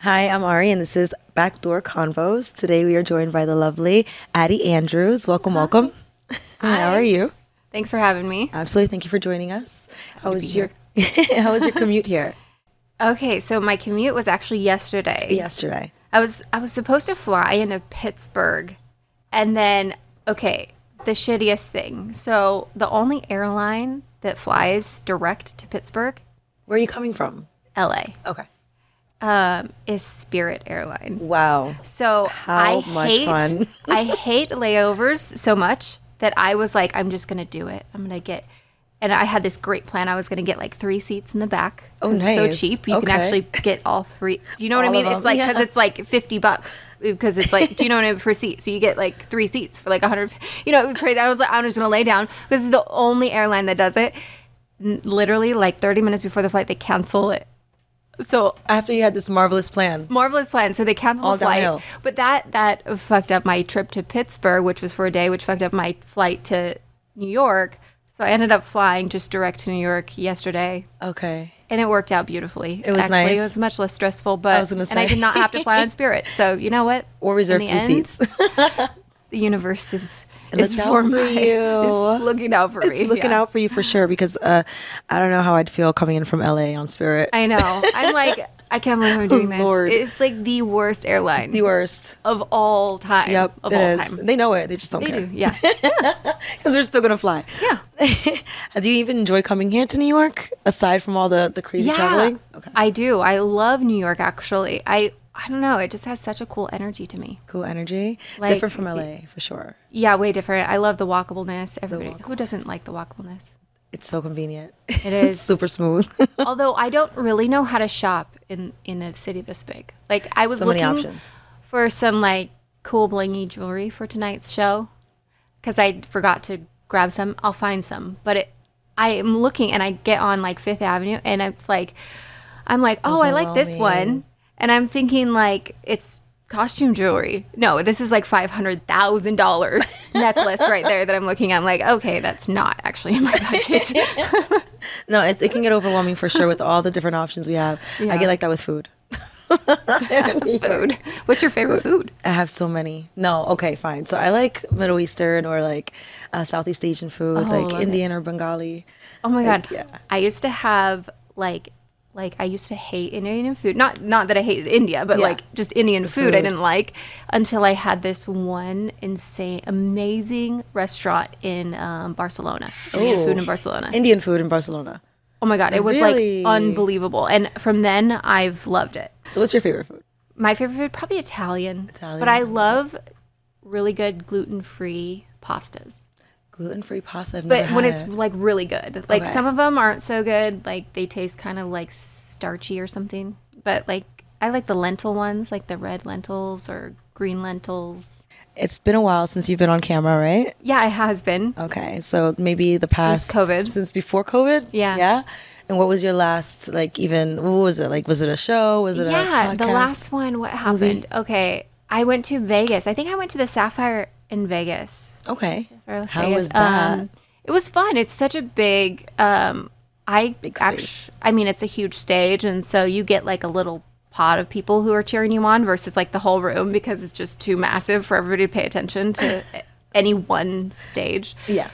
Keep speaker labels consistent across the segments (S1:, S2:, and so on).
S1: Hi, I'm Ari, and this is Backdoor Convos. Today we are joined by the lovely Addie Andrews. Welcome, welcome. Hi. How are you?
S2: Thanks for having me.
S1: Absolutely. Thank you for joining us. How was your How was your commute here
S2: Okay, so my commute was actually yesterday.
S1: yesterday?
S2: I was I was supposed to fly into Pittsburgh, and then okay, the shittiest thing. So the only airline that flies direct to Pittsburgh,
S1: Where are you coming from?
S2: L.A.,
S1: Okay.
S2: um, is Spirit Airlines.
S1: Wow.
S2: So
S1: How
S2: I
S1: much
S2: hate
S1: fun.
S2: I hate layovers so much that I was like, I'm just gonna do it. I'm gonna get, and I had this great plan. I was gonna get like three seats in the back.
S1: Oh,
S2: 'cause it's So
S1: nice.
S2: cheap, you can
S1: Okay.
S2: actually get all three. Do you know what
S1: All
S2: I
S1: of
S2: mean?
S1: them,
S2: It's like because
S1: yeah.
S2: it's like fifty bucks because it's like, do you know what I mean for seats? So you get like three seats for like a hundred. You know, it was crazy. I was like, I'm just gonna lay down because it's the only airline that does it. N- Literally, like 30 minutes before the flight, they cancel it. So
S1: After you had this marvelous plan.
S2: marvelous plan. So they canceled
S1: All
S2: the flight,
S1: downhill.
S2: but that that fucked up my trip to Pittsburgh, which was for a day, which fucked up my flight to New York. So I ended up flying just direct to New York yesterday,
S1: Okay.
S2: and it worked out beautifully.
S1: It was
S2: Actually,
S1: nice.
S2: It was much less stressful, but
S1: was gonna
S2: and I
S1: say.
S2: did not have to fly on Spirit. So you know what?
S1: Or reserve
S2: In
S1: three
S2: the end,
S1: seats.
S2: The universe is
S1: It
S2: is
S1: looked out
S2: for
S1: for
S2: me.
S1: you.
S2: Is looking out for me.
S1: it's looking
S2: yeah.
S1: out for you for sure because uh, I don't know how I'd feel coming in from LA on Spirit.
S2: I know. I'm like, I can't believe I'm doing this.
S1: Lord.
S2: It's like the worst airline
S1: the worst.
S2: of all time.
S1: Yep.
S2: of
S1: it
S2: all
S1: is.
S2: time.
S1: They know it. They just don't
S2: They
S1: care
S2: do, yeah.
S1: because they're still gonna fly.
S2: Yeah.
S1: do you even enjoy coming here to New York aside from all the the crazy traveling? Okay.
S2: I do. I love New York actually. I I don't know, it just has such a cool energy to me.
S1: Cool energy.
S2: Like-
S1: Different from LA for sure.
S2: Yeah, way different. I love the walkableness. Everybody who doesn't like the walkableness?
S1: It's so convenient.
S2: It is.
S1: super smooth.
S2: Although I don't really know how to shop in in a city this big. Like I was
S1: so many
S2: looking
S1: options.
S2: for some like cool blingy jewelry for tonight's show cuz I forgot to grab some. I'll find some, but it I am looking and I get on like 5th Avenue and it's like I'm like, "Oh, I like this one."
S1: Overwhelming.
S2: And I'm thinking like it's costume jewelry. No, this is like $500,000 necklace right there that I'm looking at. I'm like, "Okay, that's not actually in my budget."
S1: No, it's, it can get overwhelming for sure with all the different options we have. I
S2: Yeah.
S1: get like that with food.
S2: food. What's your favorite food?
S1: I have so many. No, okay, fine. So I like Middle Eastern or like uh, Southeast Asian food, like
S2: Oh, love it.
S1: Indian or Bengali.
S2: Oh my god.
S1: yeah.
S2: I used to have like like I used to hate Indian food. Not not that I hated India, but
S1: Yeah.
S2: like just Indian food, I
S1: food.
S2: didn't like until I had this one insane amazing restaurant in um, Barcelona. Indian food
S1: Ooh.
S2: in Barcelona.
S1: Indian food in Barcelona.
S2: oh my god, it was
S1: Really?
S2: like unbelievable. And from then I've loved it.
S1: So what's your favorite food?
S2: My favorite food probably Italian. But I love really good gluten-free pastas.
S1: Gluten free pasta. I've
S2: but
S1: never
S2: when
S1: had
S2: it's
S1: it.
S2: like really good like
S1: Okay.
S2: some of them aren't so good like they taste kind of like starchy or something but like i like the lentil ones like the red lentils or green lentils
S1: it's been a while since you've been on camera, right?
S2: yeah it has been
S1: Okay, so maybe the past
S2: COVID.
S1: since before COVID.
S2: Yeah.
S1: yeah. And what was your last like? Even what was it like? Was it a show? Was it
S2: yeah
S1: a podcast?
S2: the last one what happened okay i went to vegas i think i went to the sapphire in vegas
S1: Okay.
S2: or Las
S1: How
S2: Vegas.
S1: was that?
S2: Um, it was fun. It's such a big. Um, I
S1: Big space.
S2: actually, I mean, it's a huge stage, and so you get like a little pod of people who are cheering you on versus like the whole room because it's just too massive for everybody to pay attention to any one stage.
S1: yeah.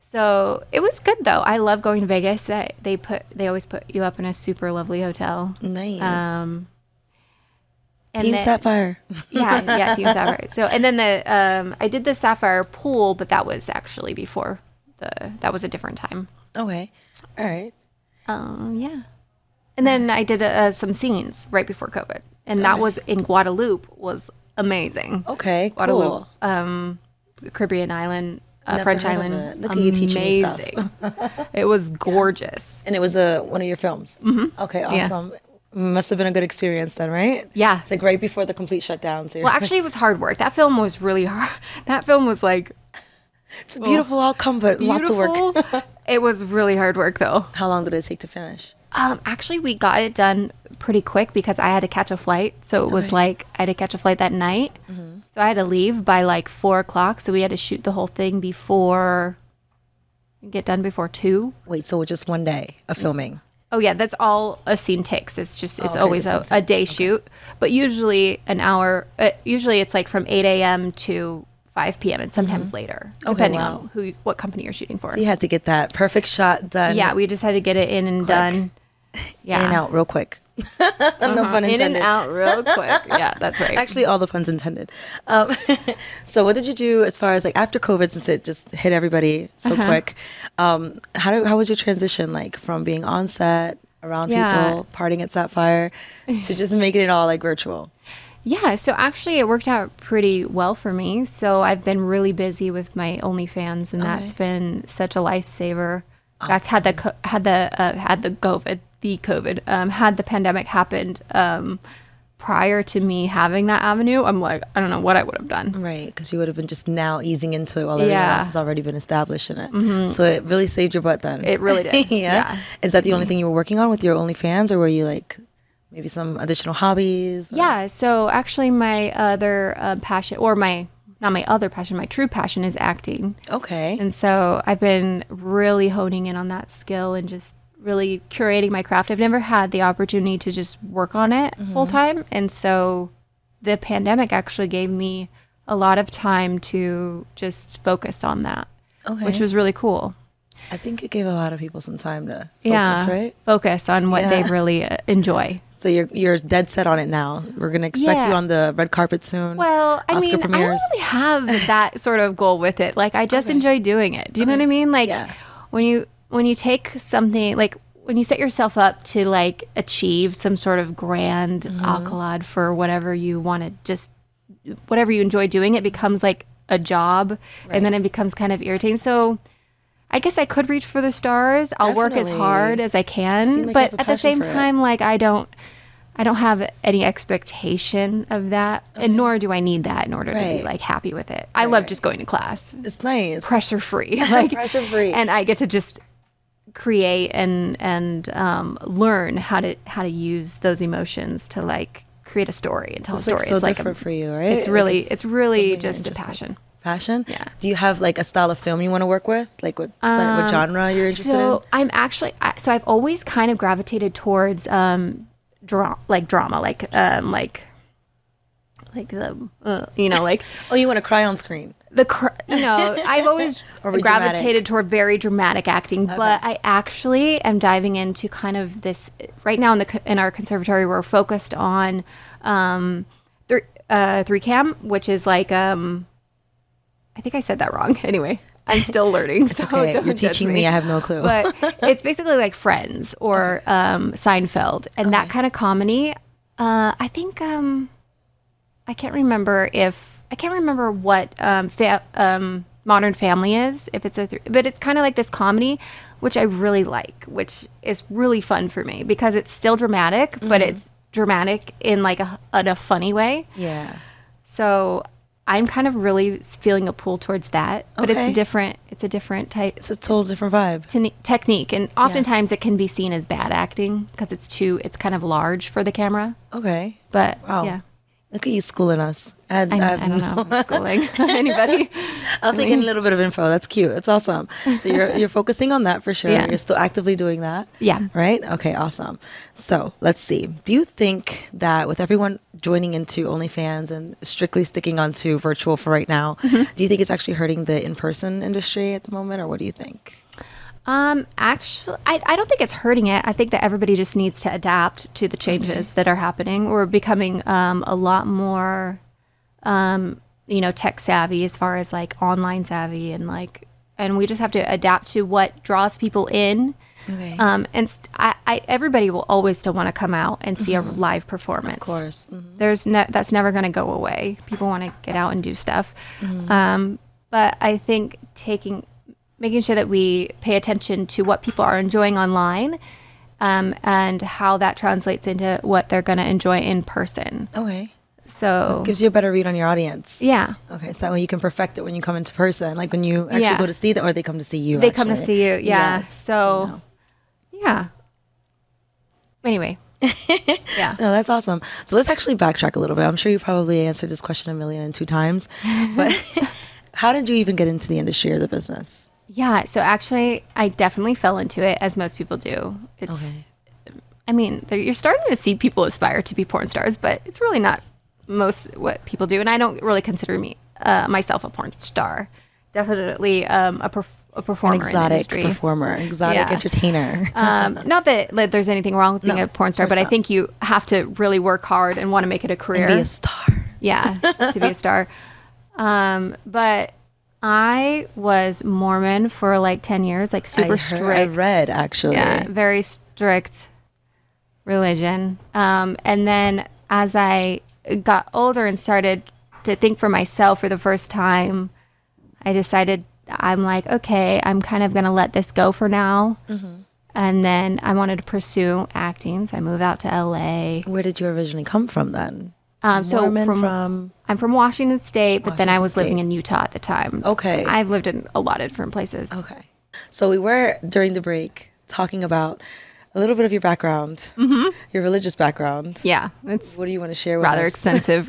S2: So it was good though. I love going to Vegas. I, they put they always put you up in a super lovely hotel.
S1: Nice.
S2: Um, and
S1: Team
S2: then-
S1: Sapphire.
S2: yeah, yeah, Team Sapphire. So, and then the um, I did the Sapphire pool, but that was actually before the that was a different time.
S1: okay. All right. Oh,
S2: Um, yeah, and then I did uh, some scenes right before COVID, and that was in Guadeloupe. Was amazing.
S1: Okay.
S2: Guadeloupe,
S1: Oh, Cool.
S2: um, Caribbean island, uh,
S1: Never
S2: French
S1: heard of
S2: island.
S1: it. Look at you teaching me stuff.
S2: Amazing. it was gorgeous.
S1: And it was a one of your films. Mm-hmm. Okay. Awesome. Must have been a good experience then, right?
S2: Yeah.
S1: It's like right before the complete shutdown. So you're,
S2: Well, actually, it was hard work. That film was really hard. That film was like
S1: it's a beautiful outcome, but lots of work.
S2: beautiful. it was really hard work though.
S1: How long did it take to finish?
S2: Um, actually, we got it done pretty quick because I had to catch a flight. So it was like I had to catch a flight that night.
S1: Mm-hmm.
S2: So I had to leave by like four o'clock. So we had to shoot the whole thing before get done before two.
S1: Wait. So just one day of filming.
S2: Oh yeah, that's all a scene takes. It's just it's
S1: Oh, okay,
S2: always
S1: just
S2: a,
S1: one scene.
S2: a day shoot, but usually an hour. Uh, usually it's like from eight a.m. to five p.m. and sometimes later,
S1: Mm-hmm. Okay,
S2: depending
S1: wow.
S2: on who what company you're shooting for.
S1: You had to get that perfect shot done.
S2: yeah, we just had to get it in and done. Yeah,
S1: in and out real quick. no
S2: Uh-huh.
S1: pun
S2: in
S1: intended.
S2: and out real quick. Yeah, that's right.
S1: Actually, all the puns intended. Um, so, what did you do as far as like after COVID, since it just hit everybody so
S2: Uh-huh.
S1: quick? Um, how do, how was your transition like from being on set around
S2: Yeah.
S1: people, partying at Sapphire, to just making it all like virtual?
S2: Yeah, so actually it worked out pretty well for me. So I've been really busy with my OnlyFans, and that's been such a lifesaver. In fact, had the co- had the uh, had the COVID the COVID um, had the pandemic happened um, prior to me having that avenue, I'm like I don't know what I would have done.
S1: Right, because you would have been just now easing into it while everyone
S2: Yeah. Mm-hmm.
S1: else has already been established in it. So it really saved your butt then.
S2: It really did.
S1: yeah?
S2: Yeah. Mm-hmm.
S1: Is that the only thing you were working on with your OnlyFans, or were you like maybe some additional hobbies? or-
S2: Yeah. So actually, my other uh, passion, or my not my other passion, my true passion is acting.
S1: Okay.
S2: And so I've been really honing in on that skill and just really curating my craft. I've never had the opportunity to just work on it
S1: Mm-hmm.
S2: full time. And so the pandemic actually gave me a lot of time to just focus on that,
S1: okay.
S2: which was really cool.
S1: I think it gave a lot of people some time to focus,
S2: yeah.
S1: right?
S2: Focus on what they
S1: Yeah.
S2: really uh, enjoy.
S1: So you're you're dead set on it now. We're gonna expect
S2: Yeah.
S1: you on the red carpet soon.
S2: Well, I
S1: Oscar
S2: mean,
S1: premieres.
S2: I don't really have that sort of goal with it. Like, I just enjoy doing it. Do you know what I mean? Like,
S1: Yeah.
S2: when you when you take something like when you set yourself up to like achieve some sort of grand
S1: Mm-hmm.
S2: accolade for whatever you want to just whatever you enjoy doing, it becomes like a job, and then it becomes kind of irritating. So. I guess I could reach for the stars. I'll work as
S1: Definitely.
S2: hard as I can,
S1: Seem like you have
S2: but
S1: a
S2: at the
S1: passion
S2: same
S1: for it.
S2: time, like I don't, I don't have any expectation of that, and nor do I need that in order to be
S1: Right.
S2: like happy with it. I love just going to class,
S1: it's nice.
S2: pressure free, like
S1: Pressure-free.
S2: and I get to just create and and um, learn how to how to use those emotions to like create a story and tell a
S1: it's
S2: story.
S1: like so
S2: it's like a-
S1: different for you, right?
S2: it's
S1: Like,
S2: really it's, really
S1: something you're
S2: just a
S1: interested-
S2: passion.
S1: Passion.
S2: Yeah.
S1: Do you have like a style of film you want to work with? Like what style, what genre you're interested
S2: Um, So I'm actually I- so I've always kind of gravitated towards um dra- like drama like um like like the uh, you know like
S1: in? Oh, you want to cry on screen?
S2: the cr- you know I've always
S1: Or be
S2: gravitated
S1: dramatic.
S2: toward very dramatic acting, but I actually am diving into kind of this right now in the co- in our conservatory. We're focused on um, three uh, three cam, which is like um, I think I said that wrong. Anyway, I'm still learning. so
S1: Okay,
S2: Oh, don't
S1: you're
S2: judge
S1: teaching me. I have no clue.
S2: but it's basically like Friends or um, Seinfeld and that kind of comedy. Uh, I think um, I can't remember if I can't remember what um, fa- um, Modern Family is. If it's a, th- but it's kind of like this comedy, which I really like, which is really fun for me because it's still dramatic, but it's dramatic in like a in a funny way.
S1: yeah.
S2: So. I'm kind of really feeling a pull towards that, but it's
S1: Okay.
S2: a different, it's a different type
S1: It's a total different vibe.
S2: techni- technique and oftentimes it can be seen as bad acting because it's too it's kind of large for the camera
S1: Okay.
S2: but
S1: Wow.
S2: yeah
S1: Look at you schooling us. I,
S2: I,
S1: I've
S2: I don't know if I'm schooling anybody
S1: I was taking a little bit of info. That's cute. It's awesome. So you're you're focusing on that for sure.
S2: Yeah.
S1: You're still actively doing that.
S2: Yeah.
S1: Right? Okay, awesome. So let's see. Do you think that with everyone joining into OnlyFans and strictly sticking onto virtual for right now,
S2: Mm-hmm.
S1: do you think it's actually hurting the in person industry at the moment or what do you think?
S2: um actually I, I don't think it's hurting it i think that everybody just needs to adapt to the changes that are happening we're becoming um, a lot more um you know tech savvy as far as like online savvy and like and we just have to adapt to what draws people in
S1: Okay. Of
S2: Um, and st- I, I, everybody will always still want to come out and see a live performance. Of
S1: course. Mhm.
S2: there's no that's never going to go away. People want to get out and do stuff, um, but I think taking making sure that we pay attention to what people are enjoying online um, and how that translates into what they're going to enjoy in person.
S1: Mm, Okay. So
S2: So,
S1: it gives you a better read on your audience.
S2: yeah,
S1: Okay, so that way you can perfect it when you come into person, like when you actually
S2: Yeah.
S1: go to see them or they come to see you.
S2: they come to
S1: actually.
S2: see you. Yeah,
S1: Yes,
S2: so
S1: no.
S2: yeah. Anyway, yeah.
S1: No, that's awesome. So let's actually backtrack a little bit. I'm sure you probably answered this question a million and two times, but how did you even get into the industry or the business?
S2: Yeah, so actually, I definitely fell into it as most people do. It's
S1: Okay.
S2: I mean, there- you're starting to see people aspire to be porn stars, but it's really not most what people do. And I don't really consider me uh, myself a porn star. Definitely um, a, perf- a performer.
S1: An
S2: in the
S1: exotic
S2: industry.
S1: performer, exotic
S2: Yeah.
S1: entertainer.
S2: Um, not that like, there's anything wrong with being
S1: No,
S2: a porn star,
S1: of course
S2: but I
S1: not.
S2: think you have to really work hard and want to make it a career.
S1: Be a star.
S2: yeah, to be a star. Um, but I was Mormon for like 10 years, like super
S1: I
S2: strict.
S1: heard- I read actually.
S2: Yeah, very strict religion. Um, and then as I got older and started to think for myself for the first time, I decided I'm like, okay, I'm kind of going to let this go for now.
S1: Mm-hmm.
S2: And then I wanted to pursue acting, so I moved out to LA.
S1: Where did you originally come from then?
S2: Um, so
S1: Mormon
S2: from,
S1: from-
S2: I'm from Washington State, but then I
S1: Washington
S2: was living in Utah at the time.
S1: Okay. Oh.
S2: I've lived in a lot of different places.
S1: Okay. So we were during the break talking about a little bit of your background, your religious background.
S2: Yeah, it's
S1: What do you want to share with
S2: Mm-hmm. rather
S1: us?
S2: extensive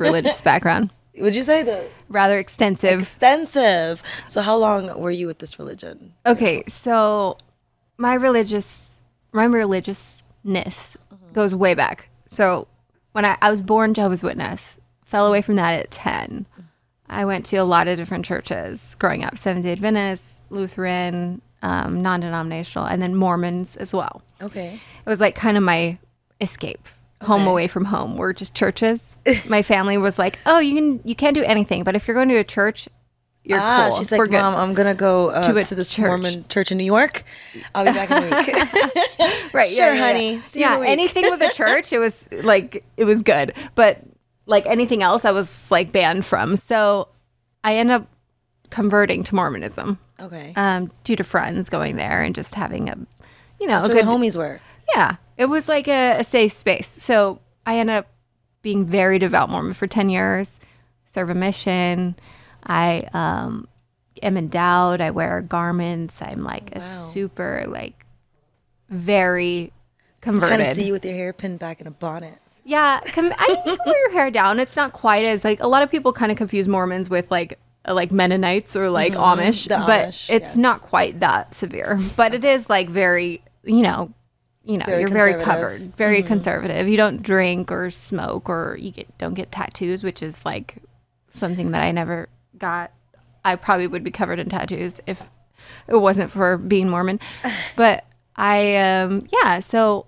S2: religious background.
S1: Would you say the
S2: rather extensive.
S1: extensive? So how long were you with this religion?
S2: Okay, so my religious my religiousness
S1: Mm-hmm.
S2: goes way back. So when I, I was born Jehovah's Witness, fell away from that at ten. I went to a lot of different churches growing up: Seventh Day Adventist, Lutheran, um, non-denominational, and then Mormons as well.
S1: Okay.
S2: It was like kind of my escape, home away from home. We're just churches. my family was like, "Oh, you can you can't do anything, but if you're going to a church, you're
S1: Ah,
S2: cool.
S1: she's like,
S2: We're good."
S1: Mom, I'm gonna go uh,
S2: To
S1: to,
S2: a
S1: this
S2: church."
S1: Mormon church in New York. I'll be back in a week.
S2: right
S1: Sure, honey. See you in
S2: yeah
S1: a week.
S2: anything with a church it was like it was good but like anything else i was like banned from so i ended up converting to mormonism
S1: okay.
S2: um due to friends going there and just having a you know a
S1: That's where
S2: good
S1: the homies were.
S2: yeah it was like a, a safe space so i ended up being very devout mormon for 10 years serve a mission i um am endowed i wear garments i'm like a super like very
S1: Kind
S2: converted
S1: of see you with your hairpin back in a bonnet.
S2: yeah, com- I mean, you can wear your hair down. It's not quite as like a lot of people kind of confuse Mormons with like uh, like Mennonites or like Amish,
S1: Mm-hmm. the
S2: but
S1: Amish,
S2: it's
S1: yes.
S2: not quite that severe. But it is like very, you know, you know,
S1: Very
S2: you're very
S1: conservative. Mm-hmm.
S2: covered, very conservative. You don't drink or smoke or you get don't get tattoos, which is like something that I never got. I probably would be covered in tattoos if it wasn't for being Mormon. But I um yeah, so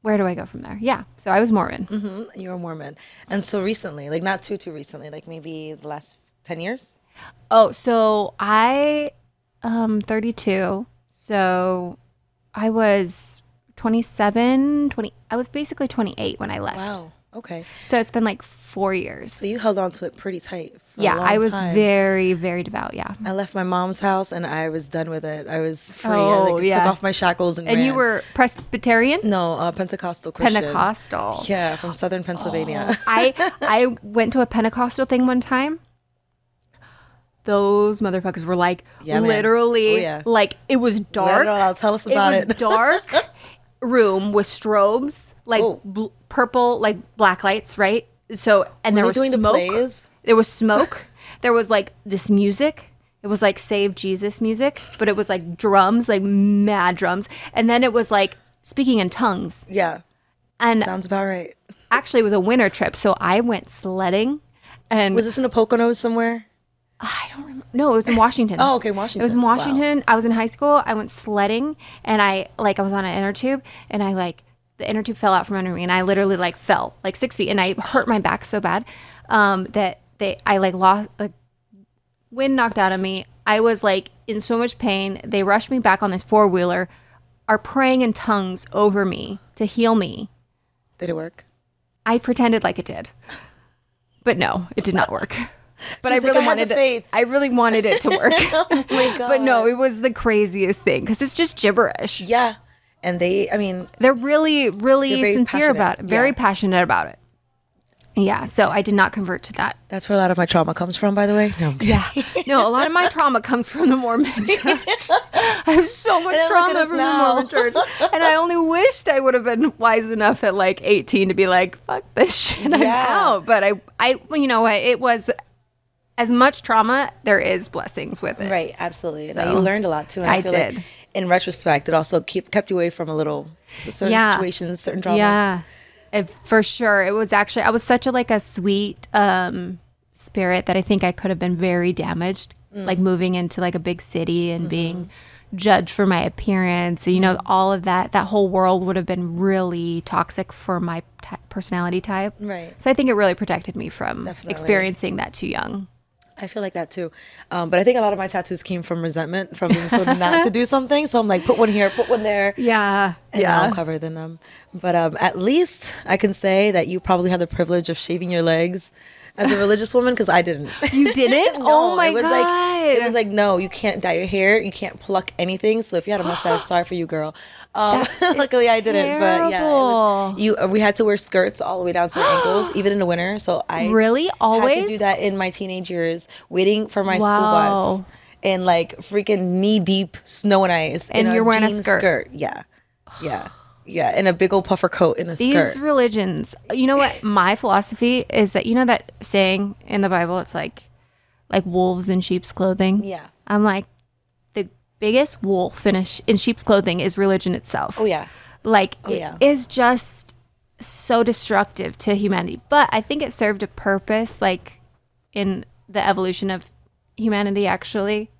S2: where do I go from there? Yeah. So I was Mormon.
S1: hmm You're a Mormon, and so recently, like not too too recently, like maybe the last ten years.
S2: Oh, so I um 32. So I was 27, 20 I was basically 28 when I left.
S1: Wow. Okay.
S2: So it's been like 4 years.
S1: So you held on to it pretty tight. For a
S2: yeah,
S1: long
S2: I was
S1: time.
S2: very very devout, yeah.
S1: I left my mom's house and I was done with it. I was free. I
S2: Oh,
S1: like,
S2: yeah.
S1: took off my shackles and
S2: And you
S1: ran.
S2: were Presbyterian?
S1: no uh, Pentecostal Christian.
S2: Pentecostal.
S1: Yeah, from Southern Pennsylvania.
S2: I I went to a Pentecostal thing one time. Those motherfuckers were like
S1: Yeah, man.
S2: literally
S1: Oh, yeah.
S2: like it was dark.
S1: Literal, tell us about
S2: it. Was
S1: it.
S2: dark room with strobes, like
S1: Oh.
S2: bl- purple, like black lights, right? So and there
S1: they
S2: was
S1: doing the
S2: smoke.
S1: plays?
S2: There was smoke. there was like this music. It was like Save Jesus music, but it was like drums, like mad drums, and then it was like speaking in tongues.
S1: yeah,
S2: And
S1: sounds about right.
S2: actually it was a winter trip, so I welt sledding, and
S1: Was this in the Poconos somewhere?
S2: I don't remember. No, it was in Washington.
S1: Oh, okay,
S2: It was
S1: Washington.
S2: in
S1: Wow.
S2: Washington. I was in high school. I went sledding, and I like I was on an inner tube, and I like the inner tube fell out from under me, and I literally like fell like six feet, and I hurt my back so bad um, that they I like lost like wind knocked out of me. I was like in so much pain. They rushed me back on this four wheeler, are praying in tongues over me to heal me.
S1: Did it work?
S2: I pretended like it did, but no, it did not work. But
S1: She's
S2: I
S1: like,
S2: really
S1: "I had
S2: wanted
S1: the
S2: it-
S1: faith."
S2: I really wanted it to work,
S1: Oh my god.
S2: but no, it was the craziest thing because it's just gibberish.
S1: Yeah, and they. I mean,
S2: They're really, really
S1: They're very
S2: sincere
S1: passionate.
S2: about it. Very
S1: Yeah.
S2: passionate about it. Yeah. So I did not convert to that.
S1: that's where a lot of my trauma comes from. By the way, no. I'm kidding.
S2: Yeah. No, a lot of my trauma comes from the Mormon church. I have so much
S1: And then look at
S2: trauma
S1: us
S2: from
S1: now.
S2: the Mormon church. And I only wished I would have been wise enough at like 18 to be like, fuck this shit. I'm
S1: Yeah.
S2: out. But I, I, well, you know what? It was as much trauma, there is blessings with it.
S1: Right, absolutely. And
S2: So,
S1: you learned a lot too. And
S2: I
S1: feel
S2: did.
S1: Like in retrospect, it also keep, kept you away from a little certain
S2: Yeah.
S1: situations, certain dramas.
S2: Yeah, It- for sure. It was actually I was such a like a sweet um, spirit that I think I could have been very damaged,
S1: Mm.
S2: like moving into like a big city
S1: Mm-hmm.
S2: and being judged for my appearance. You know, all of that. That whole world would have been really toxic for my ty personality type.
S1: Right.
S2: So I think it really protected me from
S1: Mm. Definitely.
S2: experiencing that too young.
S1: I feel like that too. Um, but I think a lot of my tattoos came from resentment, from being told not to do something. So I'm like, put one here, put one there.
S2: Yeah.
S1: And yeah. I'll cover than them. But um, at least I can say that you probably had the privilege of shaving your legs as a religious woman because I didn't.
S2: You didn't?
S1: No,
S2: oh my
S1: it was
S2: god.
S1: Like, it was like no, you can't dye your hair, you can't pluck anything. So if you had a mustache, sorry for you, girl. Um, luckily, I didn't. But yeah, it was,
S2: terrible.
S1: you uh, we had to wear skirts all the way down to my ankles, even in the winter. So I
S2: Really?
S1: had to do
S2: Always?
S1: that in my teenage years, waiting for my school
S2: Wow.
S1: bus in like freaking knee deep snow and ice, in
S2: And you're wearing a
S1: jean
S2: skirt.
S1: Yeah, yeah, yeah, and a big old puffer coat and a
S2: These
S1: skirt.
S2: religions, you know what? My philosophy is that you know that saying in the Bible, it's like, like wolves in sheep's clothing.
S1: Yeah.
S2: I'm like, the biggest wolf in a sh- in sheep's clothing is religion itself.
S1: oh yeah, Oh,
S2: Like it is
S1: yeah.
S2: just so destructive to humanity. But I think it served a purpose, like in the evolution of humanity. Actually,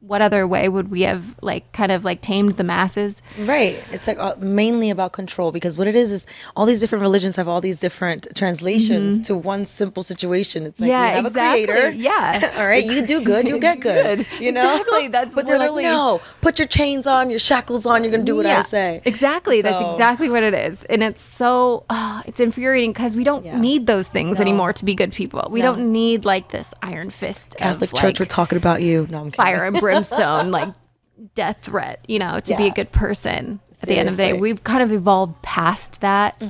S2: what other way would we have like kind of like tamed the masses?
S1: Right. It's like uh, mainly about control because what it is is all these different religions have all these different translations to one simple situation. It's like
S2: Mm-hmm. Yeah,
S1: we have
S2: exactly.
S1: a creator.
S2: Yeah.
S1: all right, you do good, you get good.
S2: Good.
S1: You know?
S2: Exactly, that's
S1: but they're
S2: literally-
S1: like, no, put your chains on, your shackles on. You're gonna do what I
S2: Yeah,
S1: say.
S2: Exactly. That's
S1: So-
S2: exactly what it is. And it's so, ah, it's infuriating because we don't
S1: Yeah.
S2: need those things anymore to be good people. We don't need like this iron fist
S1: Catholic
S2: of,
S1: Church, we're
S2: like,
S1: talking about you. No, I'm kidding.
S2: fire and brimstone, like death threat, you know, to be a
S1: Yeah.
S2: good person. At the end of the day,
S1: Seriously. Mm-hmm.
S2: we've kind of evolved past that.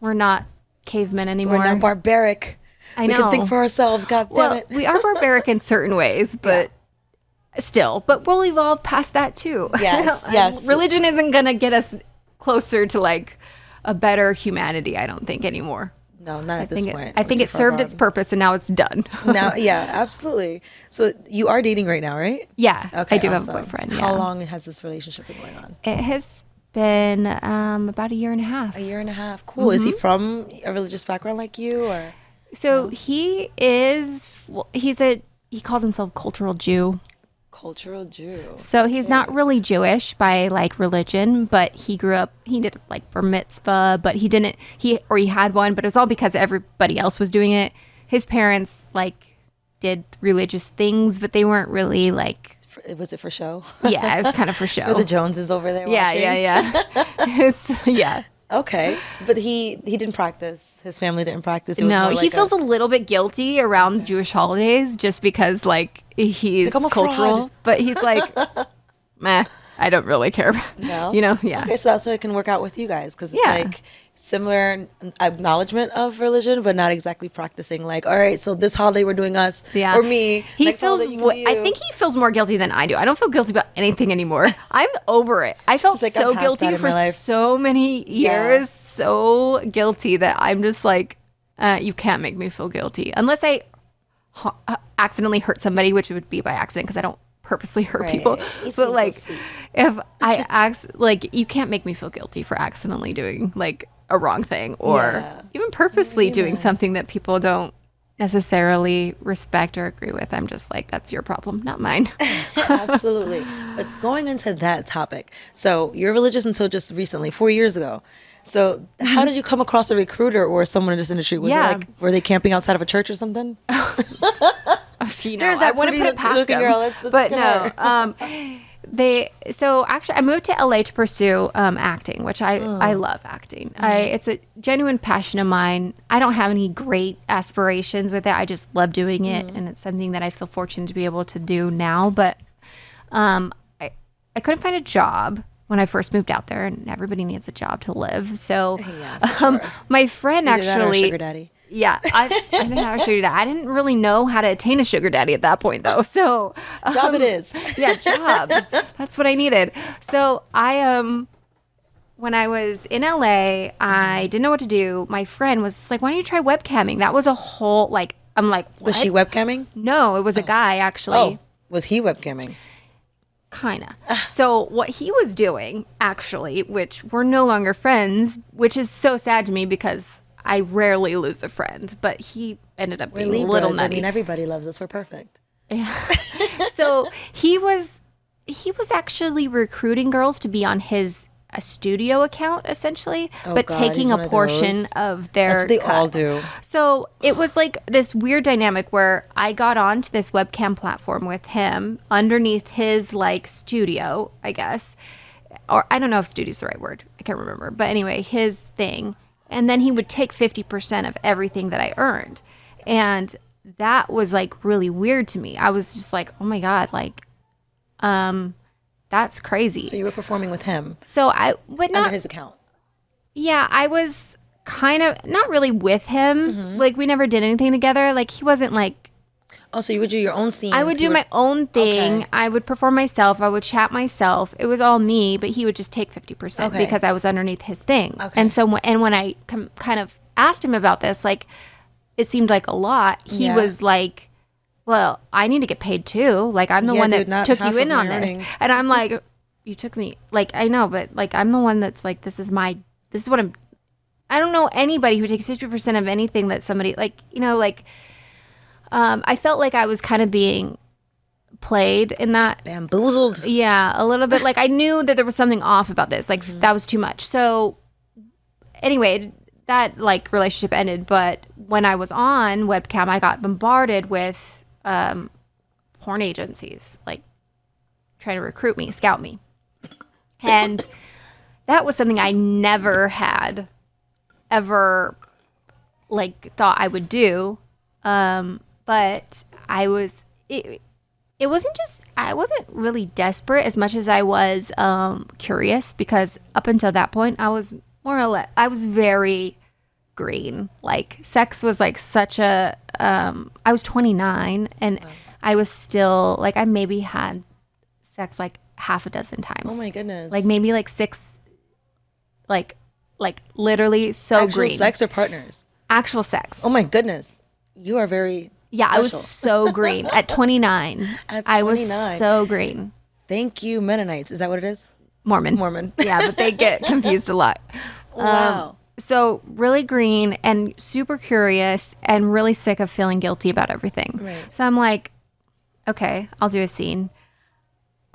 S2: We're not cavemen anymore.
S1: We're not barbaric.
S2: I
S1: We can
S2: know.
S1: think for ourselves. God damn
S2: well,
S1: it.
S2: we are barbaric in certain ways, but still, but we'll evolve past that too. I
S1: Yes,
S2: don't-
S1: yes.
S2: Religion isn't going to get us closer to like a better humanity, I don't think anymore.
S1: No, not at
S2: I
S1: this
S2: think,
S1: point.
S2: it, I think
S1: We're
S2: it
S1: too far
S2: served
S1: gone.
S2: its purpose and now it's done.
S1: now. Yeah, absolutely. So you are dating right now, right?
S2: yeah, I do have
S1: awesome.
S2: a boyfriend. Yeah.
S1: How long has this relationship been going on?
S2: It has been um, about a year and a half.
S1: A year and a half. Cool. Is he from a religious background like you, or
S2: So he is, well, he's a, he calls himself cultural Jew.
S1: cultural Jew?
S2: So he's not really Jewish by like religion, but he grew up. He did like bar mitzvah, but he didn't. He or he had one, but it was all because everybody else was doing it. His parents like did religious things, but they weren't really like.
S1: For- Was it for show?
S2: Yeah, it was kind of for show.
S1: Were the Joneses over there?
S2: Oh. yeah,
S1: watching?
S2: yeah, yeah, It's yeah.
S1: Okay, but he he didn't practice. His family didn't practice. It was
S2: No,
S1: more
S2: he
S1: like
S2: feels
S1: a,
S2: a little bit guilty around Jewish holidays just because like he's
S1: "I'm a
S2: cultural,
S1: fraud."
S2: but he's like, meh. I don't really care. about-"
S1: No?
S2: you know, yeah.
S1: Okay, so that's how it can work out with you guys because it's
S2: Yeah.
S1: like similar n- acknowledgement of religion, but not exactly practicing. Like, all right, so this holiday we're doing us
S2: Yeah.
S1: or me.
S2: He
S1: next
S2: feels.
S1: holiday you can
S2: wa-
S1: do
S2: I
S1: you.
S2: think he feels more guilty than I do. I don't feel guilty about anything anymore. I'm over it. I felt
S1: like, I'm
S2: so
S1: past that
S2: guilty
S1: in
S2: for
S1: my life.
S2: so many years. So guilty that I'm just like, uh, you can't make me feel guilty unless I ha- uh, accidentally hurt somebody, which would be by accident because I don't purposely hurt
S1: Right.
S2: people.
S1: You seem
S2: but
S1: so
S2: like,
S1: sweet.
S2: if I act like you can't make me feel guilty for accidentally doing like a wrong thing or
S1: Yeah.
S2: even purposely doing something that people don't necessarily respect or agree with. I'm just like, that's your problem, not mine.
S1: Absolutely. But going into that topic, so you're religious until just recently, four years ago. So how did you come across a recruiter or someone in this industry? Was
S2: Mm-hmm. Yeah.
S1: it like were they camping outside of a church or something?
S2: You know,
S1: There's
S2: I
S1: that
S2: wouldn't
S1: pretty
S2: put it
S1: look-
S2: past
S1: looking
S2: them.
S1: girl. Let's- let's
S2: but
S1: get
S2: no,
S1: her.
S2: um, they. So actually, I moved to LA to pursue um, acting, which I
S1: Oh.
S2: I love acting. I
S1: Mm-hmm.
S2: it's a genuine passion of mine. I don't have any great aspirations with it. I just love doing it,
S1: Mm-hmm.
S2: and it's something that I feel fortunate to be able to do now. But um, I I couldn't find a job when I first moved out there, and everybody needs a job to live. So um, my friend
S1: Either that or a
S2: actually
S1: sugar daddy.
S2: yeah, I, I think I was sugar daddy. I didn't really know how to attain a sugar daddy at that point, though. So, uh,
S1: Job it is.
S2: yeah, job. That's what I needed. So I um, when I was in LA, I didn't know what to do. My friend was just like, "Why don't you try webcamming?" That was a whole like. I'm like,
S1: Was Oh.
S2: "What?"
S1: she webcamming?
S2: No, it was a guy actually.
S1: was he webcamming?
S2: Kinda.
S1: Ah.
S2: So what he was doing, actually, which we're no longer friends, which is so sad to me because I rarely lose a friend, but he ended up being a little
S1: Libras, I
S2: nutty.
S1: mean, everybody loves us. We're perfect.
S2: so he was he was actually recruiting girls to be on his a studio account essentially, but
S1: Oh, God,
S2: taking
S1: he's one
S2: a
S1: of
S2: portion
S1: those.
S2: of their
S1: That's what they
S2: cut.
S1: all do.
S2: So it was like this weird dynamic where I got onto this webcam platform with him underneath his like studio, I guess. Or I don't know if studio's the right word. I can't remember. But anyway, his thing. And then he would take 50% of everything that I earned. And that was like really weird to me. I was just like, oh my God, like, um, that's crazy.
S1: So you were performing with him
S2: So I, but not
S1: under his account.
S2: yeah, I was kind of not really with him.
S1: Mm-hmm.
S2: Like we never did anything together. Like he wasn't like
S1: Oh, so you would do your own scenes.
S2: I would
S1: you
S2: do my own thing. I would perform myself. I would chat myself. It was all me, but he would just take 50%
S1: Okay.
S2: because I was underneath his thing.
S1: Okay.
S2: And so wh- and when I com- kind of asked him about this, like it seemed like a lot. He
S1: Yeah.
S2: was like, "Well, I need to get paid too. Like I'm the
S1: Yeah,
S2: one
S1: dude,
S2: that
S1: not
S2: took
S1: half
S2: you
S1: of
S2: in
S1: my
S2: on this."
S1: earnings.
S2: And I'm like, "You took me. Like I know, but like I'm the one that's like this is my this is what I'm I don't know anybody who takes 50% of anything that somebody like, you know, like um I felt like I was kind of being played in that
S1: bamboozled.
S2: yeah, a little bit. Like I knew that there was something off about this. Like that was too much. So anyway, that like relationship ended. But when I was on webcam, I got bombarded with um, porn agencies like trying to recruit me, scout me, and that was something I never had ever like thought I would do. Um, but I was. It, it wasn't just I wasn't really desperate as much as I was um, curious because up until that point I was more or less I was very green. Like sex was like such a um, I was 29 and I was still like I maybe had sex like half a dozen times.
S1: Oh my goodness.
S2: Like maybe like six like like literally so
S1: actual
S2: green.
S1: sex or partners.
S2: Actual sex.
S1: Oh my goodness. You are very.
S2: yeah, I was
S1: special.
S2: so green at 29.
S1: At
S2: I was
S1: 29.
S2: so green.
S1: Thank you, Mennonites. Is that what it is?
S2: Mormon.
S1: Mormon. Um,
S2: yeah, but they get confused a lot.
S1: wow.
S2: So really green and super curious and really sick of feeling guilty about everything.
S1: Right.
S2: So I'm like, okay, I'll do a scene.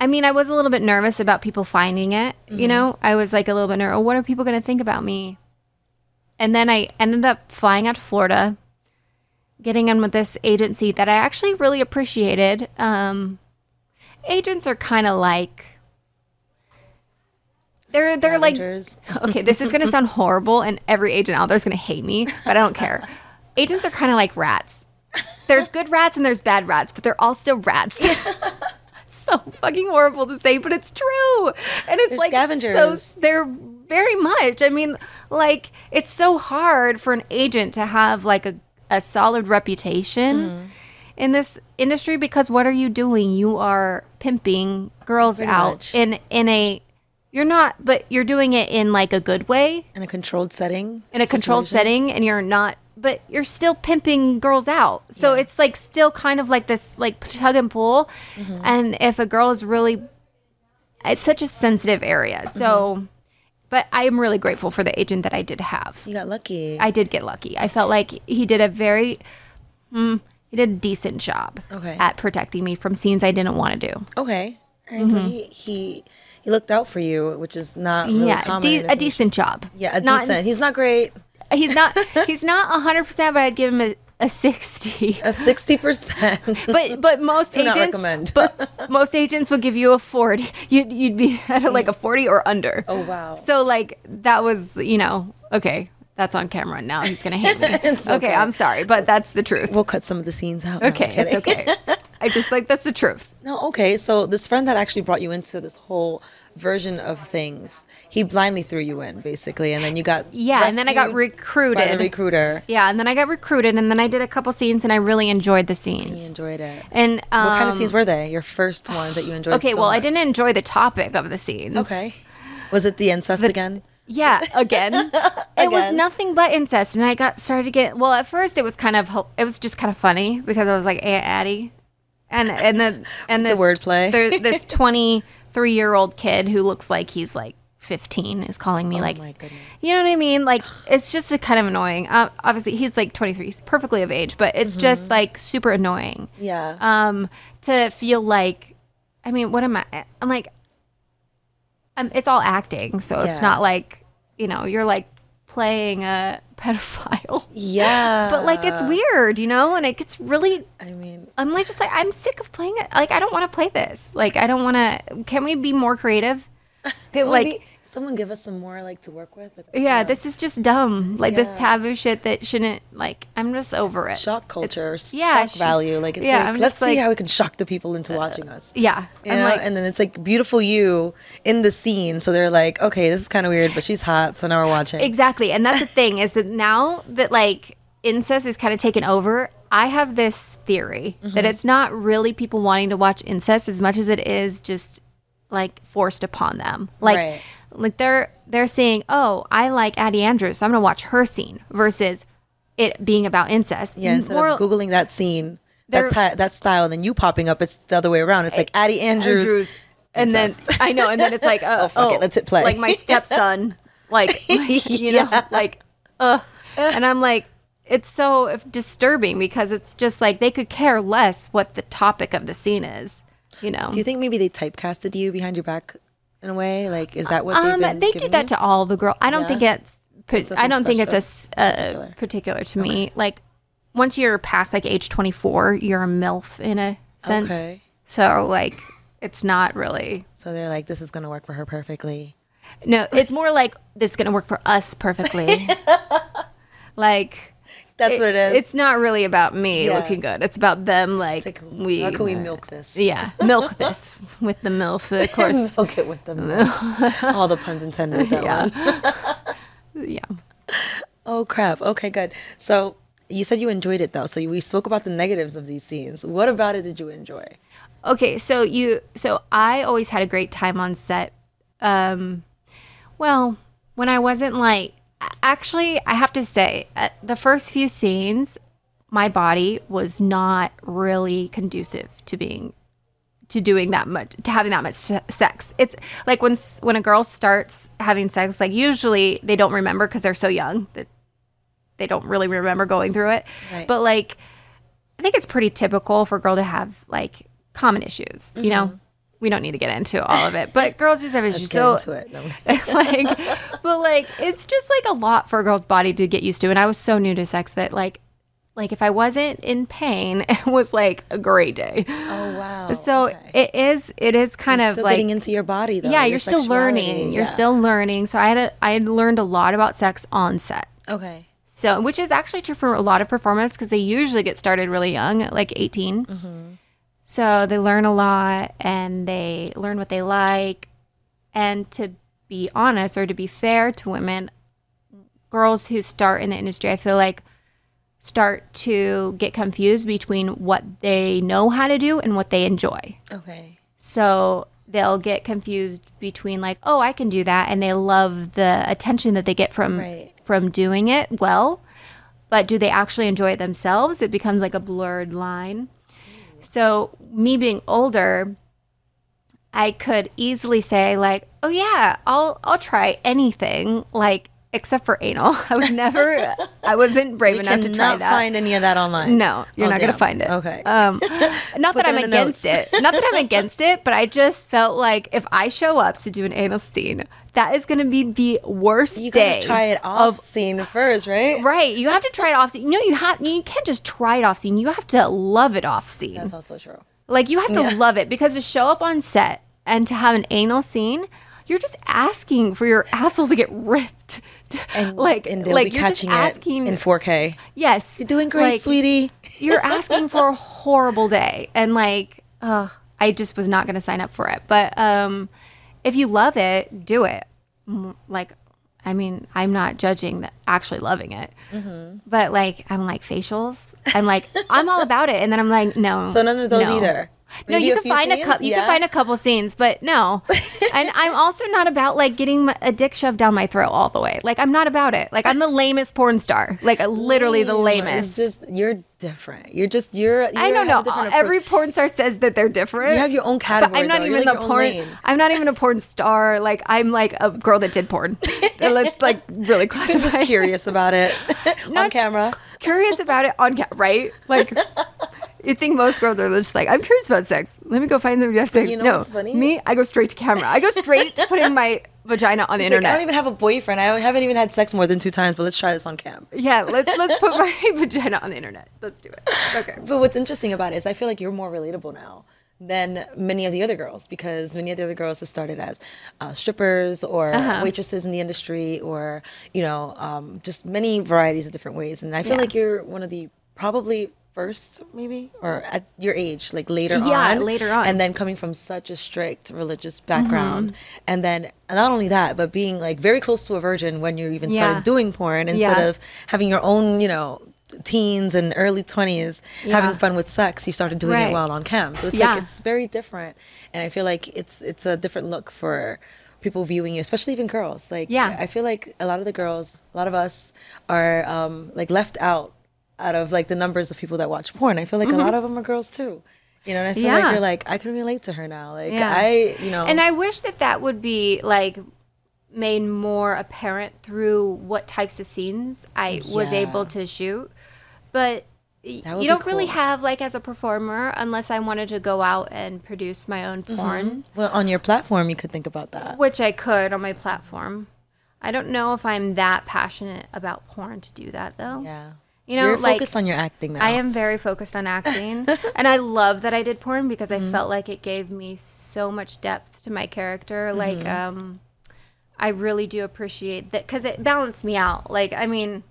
S2: I mean, I was a little bit nervous about people finding it.
S1: Mm-hmm.
S2: You know, I was like a little bit nervous. Oh, what are people going to think about me? And then I ended up flying out to Florida, getting in with this agency that I actually really appreciated. Um, agents are kind of like they're they're like
S1: Scavengers.
S2: okay, this is going to sound horrible, and every agent out there is going to hate me, but I don't care. Agents are kind of like rats. There's good rats and there's bad rats, but they're all still rats. so fucking horrible to say, but it's true. And it's
S1: They're
S2: like
S1: scavengers.
S2: so they're very much. I mean, like it's so hard for an agent to have like a a solid reputation
S1: Mm-hmm.
S2: in this industry because what are you doing? You are pimping girls out
S1: much.
S2: in in a you're not but you're doing it in like a good way
S1: in a controlled setting.
S2: in a controlled
S1: situation.
S2: setting and you're not but you're still pimping girls out so it's like still kind of like this like tug and pull
S1: Mm-hmm.
S2: and if a girl is really it's such a sensitive area
S1: Mm-hmm.
S2: so but i am really grateful for the agent that i did have
S1: You got lucky.
S2: i did get lucky i felt like he did a very mm, he did a decent job
S1: Okay.
S2: at protecting me from scenes i didn't want to do
S1: okay. All right, So
S2: Mm-hmm.
S1: he, he he looked out for you, which is not really
S2: yeah a,
S1: common.
S2: de-
S1: in this
S2: a
S1: industry.
S2: decent job
S1: Yeah, a
S2: Not-
S1: decent. He's not great.
S2: he's not he's not 100% but i'd give him a, a 60
S1: A sixty percent.
S2: but but most
S1: Do not
S2: agents
S1: recommend.
S2: but most agents will give you a 40 you'd, you'd be at a, like a 40 or under
S1: Oh wow.
S2: so like that was you know okay that's on camera now he's gonna hate me okay,
S1: okay.
S2: i'm sorry but that's the truth
S1: we'll cut some of the scenes out. No, I'm
S2: okay it's
S1: kidding.
S2: okay i just like that's the truth
S1: No, okay. So this friend that actually brought you into this whole version of things, he blindly threw you in basically, and then you got
S2: Yeah, and then I got
S1: rescued by the
S2: recruited.
S1: recruiter.
S2: yeah and then i got recruited and then i did a couple scenes and i really enjoyed the
S1: You
S2: scenes
S1: enjoyed it.
S2: and um,
S1: what kind of scenes were they? Your first ones that you enjoyed?
S2: okay
S1: so
S2: well i
S1: much?
S2: didn't enjoy the topic of the scene
S1: Okay. Was it the incest again?
S2: Yeah, again. It was
S1: Again.
S2: nothing but incest, and I got started to get. Well, at first it was kind of, hel- it was just kind of funny because I was like Aunt Addie, and and the and this
S1: wordplay.
S2: there- this twenty three year old kid who looks like he's like fifteen is calling me like,
S1: Oh my goodness.
S2: you know what I mean? Like it's just a kind of annoying. Uh, obviously, he's like twenty three, he's perfectly of age, but it's
S1: Mm-hmm.
S2: just like super annoying.
S1: Yeah.
S2: Um, to feel like, I mean, what am I? I'm like, um, it's all acting, so
S1: Yeah.
S2: it's not like you know you're like playing a pedophile.
S1: yeah.
S2: But like it's weird, you know, and it gets really
S1: I mean,
S2: I'm like just like I'm sick of playing it. Like I don't want to play this. Like I don't want to. Can we be more creative?
S1: can
S2: like-
S1: we, someone give us some more like to work with?
S2: Yeah, this is just dumb. Like
S1: Yeah.
S2: this taboo shit that shouldn't. Like I'm just over it.
S1: shock culture,
S2: yeah,
S1: shock
S2: sh-
S1: value. Like it's
S2: yeah,
S1: like
S2: I'm
S1: let's
S2: just
S1: see
S2: like- Uh,
S1: how we can shock the people into watching us.
S2: yeah,
S1: You
S2: I'm
S1: know?
S2: like
S1: and then it's like beautiful you in the scene. So they're like, okay, this is kind of weird, but she's hot, so now we're watching.
S2: exactly. And that's the thing is that now that like incest is kind of taken over. I have this theory
S1: Mm-hmm.
S2: that it's not really people wanting to watch incest as much as it is just like forced upon them. Like
S1: Right.
S2: like they're they're saying, "Oh, I like Addie Andrews, so I'm going to watch her scene" versus it being about incest.
S1: yeah, instead
S2: More-
S1: of googling that scene,
S2: They're-
S1: that's how, that style, and then you popping up, it's the other way around. It's like Addie Andrews.
S2: Andrews. And then
S1: incest.
S2: I know, and then it's like, uh, oh,
S1: fuck it, let's hit play.
S2: Like my stepson, like you know,
S1: Yeah.
S2: like, uh, and I'm like, it's so disturbing because it's just like they could care less what the topic of the scene is, you know.
S1: Do you think maybe they typecasted you behind your back in a way? Like, is that what
S2: um,
S1: they've been
S2: they do
S1: giving
S2: that
S1: you?
S2: to all the girls. I don't
S1: Yeah.
S2: think it's. I
S1: nothing
S2: don't think it's a, s-
S1: special-
S2: uh,
S1: particular.
S2: particular. to me. Like once you're past like age 24, you're a milf in a sense.
S1: Okay.
S2: So like, it's not really.
S1: So they're like, this is going to work for her perfectly.
S2: No, it's more like this is going to work for us perfectly. like
S1: That's
S2: it-
S1: what it is.
S2: It's not really about me
S1: Yeah.
S2: looking good. It's about them. Like,
S1: Like,
S2: we.
S1: how can we milk this?
S2: Yeah, milk this with the milf. Of course.
S1: Okay, with them. All the puns intended with that one.
S2: yeah. yeah.
S1: Oh crap. Okay, good. So you said you enjoyed it though. So we spoke about the negatives of these scenes. What about it did you enjoy?
S2: Okay, so you. So I always had a great time on set. Um, well, when I wasn't like. Actually, I have to say, at the first few scenes, my body was not really conducive to being to doing that much to having that much se- sex it's like when s- when a girl starts having sex like usually they don't remember because they're so young that they don't really remember going through it
S1: Right.
S2: but like i think it's pretty typical for a girl to have like common issues you know we don't need to get into all of it but girls just have issues
S1: Get
S2: so
S1: into it. No.
S2: like but like it's just like a lot for a girl's body to get used to and i was so new to sex that like like if i wasn't in pain it was like a great day
S1: Oh wow.
S2: so it is it is kind
S1: You're
S2: of
S1: still
S2: like
S1: getting into your body though.
S2: yeah
S1: your
S2: you're still learning
S1: sexuality.
S2: you're
S1: Yeah.
S2: still learning so i had a, i had learned a lot about sex on set
S1: Okay.
S2: so which is actually true for a lot of performers because they usually get started really young like 18 so they learn a lot and they learn what they like and to be honest or to be fair to women girls who start in the industry i feel like start to get confused between what they know how to do and what they enjoy
S1: Okay.
S2: so they'll get confused between like, oh, I can do that, and they love the attention that they get from
S1: Right.
S2: from doing it well. But do they actually enjoy it themselves? It becomes like a blurred line. So me being older, I could easily say like, oh yeah, I'll I'll try anything like except for anal. I was never, I wasn't brave
S1: We
S2: enough to try
S1: cannot
S2: that.
S1: find any of that online.
S2: No, you're
S1: Oh,
S2: not going
S1: damn.
S2: to find it.
S1: Okay.
S2: Um, not that
S1: that
S2: I'm
S1: in the
S2: against it.
S1: notes.
S2: Not that I'm against it, but I just felt like if I show up to do an anal scene, that is going to be the worst
S1: you
S2: day.
S1: gotta try it off scene first, right?
S2: Right. You have to try it off scene. You know, you have you can't just try it off scene. You have to love it off scene.
S1: That's also true.
S2: Like you have to love it because to show up on set and to have an anal scene, you're just asking for your asshole to get ripped.
S1: And
S2: like
S1: and they'll
S2: like
S1: be
S2: you're just
S1: catching
S2: asking
S1: it in 4K.
S2: Yes.
S1: You're doing great,
S2: like,
S1: sweetie.
S2: you're asking for a horrible day and like ugh, i just was not going to sign up for it but um if you love it do it Mm, like i mean i'm not judging that actually loving it
S1: Mm-hmm.
S2: but like i'm like facials i'm like i'm all about it and then i'm like no
S1: So none of those
S2: no.
S1: either.
S2: No,
S1: Maybe
S2: you
S1: a
S2: can
S1: few
S2: find a
S1: scenes?
S2: couple. You
S1: Yeah.
S2: can find a couple scenes, but no. and I'm also not about like getting my- a dick shoved down my throat all the way. Like I'm not about it. Like I'm the lamest porn star. Like literally the
S1: Mm, It's
S2: lamest.
S1: just you're different. You're just you're.
S2: I
S1: you're- have
S2: don't know.
S1: a different approach.
S2: Every porn star says that they're different.
S1: You have your own
S2: But
S1: category.
S2: I'm not
S1: though. You're,
S2: even
S1: like,
S2: a
S1: your own
S2: porn.
S1: lane.
S2: I'm not even a porn star. Like I'm like a girl that did porn. Let's like really
S1: I'm just
S2: classify.
S1: curious about it on
S2: Not-
S1: camera.
S2: curious about it on camera, right? Like, you think most girls are just like, I'm curious about sex. Let me go find them to have sex.
S1: you know
S2: no,
S1: what's funny?
S2: me, I go straight to camera. I go straight to putting my vagina on the
S1: She's like, I
S2: internet.
S1: don't even have a boyfriend. I haven't even had sex more than two times. But let's try this on cam.
S2: yeah, let's let's put my vagina on the internet. Let's do it. Okay.
S1: But what's interesting about it is I feel like you're more relatable now than many of the other girls because many of the other girls have started as uh, strippers or
S2: Uh-huh.
S1: waitresses in the industry or you know um, just many varieties of different ways. And I feel
S2: Yeah.
S1: like you're one of the probably first maybe or at your age like later
S2: Yeah,
S1: on
S2: later on. Mm-hmm.
S1: and then coming from such a strict religious background and then not only that but being like very close to a virgin when you even
S2: Yeah.
S1: started doing porn instead
S2: Yeah.
S1: of having your own you know teens and early 20s
S2: Yeah.
S1: having fun with sex you started doing
S2: Right.
S1: it while on cam so it's
S2: Yeah.
S1: like it's very different and i feel like it's it's a different look for people viewing you especially even girls like
S2: Yeah.
S1: i feel like a lot of the girls a lot of us are um like left out out of like the numbers of people that watch porn i feel like a lot of them are girls too you know and i feel
S2: Mm-hmm. Yeah.
S1: like they're like i can relate to her now like
S2: Yeah.
S1: i you know
S2: And I wish that that would be like made more apparent through what types of scenes I was
S1: Yeah.
S2: able to shoot. But y-
S1: That would
S2: you
S1: be
S2: don't really
S1: cool.
S2: have like as a performer unless I wanted to go out and produce my own
S1: Mm-hmm.
S2: porn,
S1: well on your platform you could think about that
S2: which I could on my platform. I don't know if I'm that passionate about porn to do that though.
S1: yeah
S2: You know,
S1: you're
S2: like
S1: focused on your acting now
S2: I am very focused on acting, and I love that I did porn because
S1: Mm-hmm.
S2: I felt like it gave me so much depth to my character.
S1: Mm-hmm.
S2: Like, um, I really do appreciate that because it balanced me out. Like, I mean,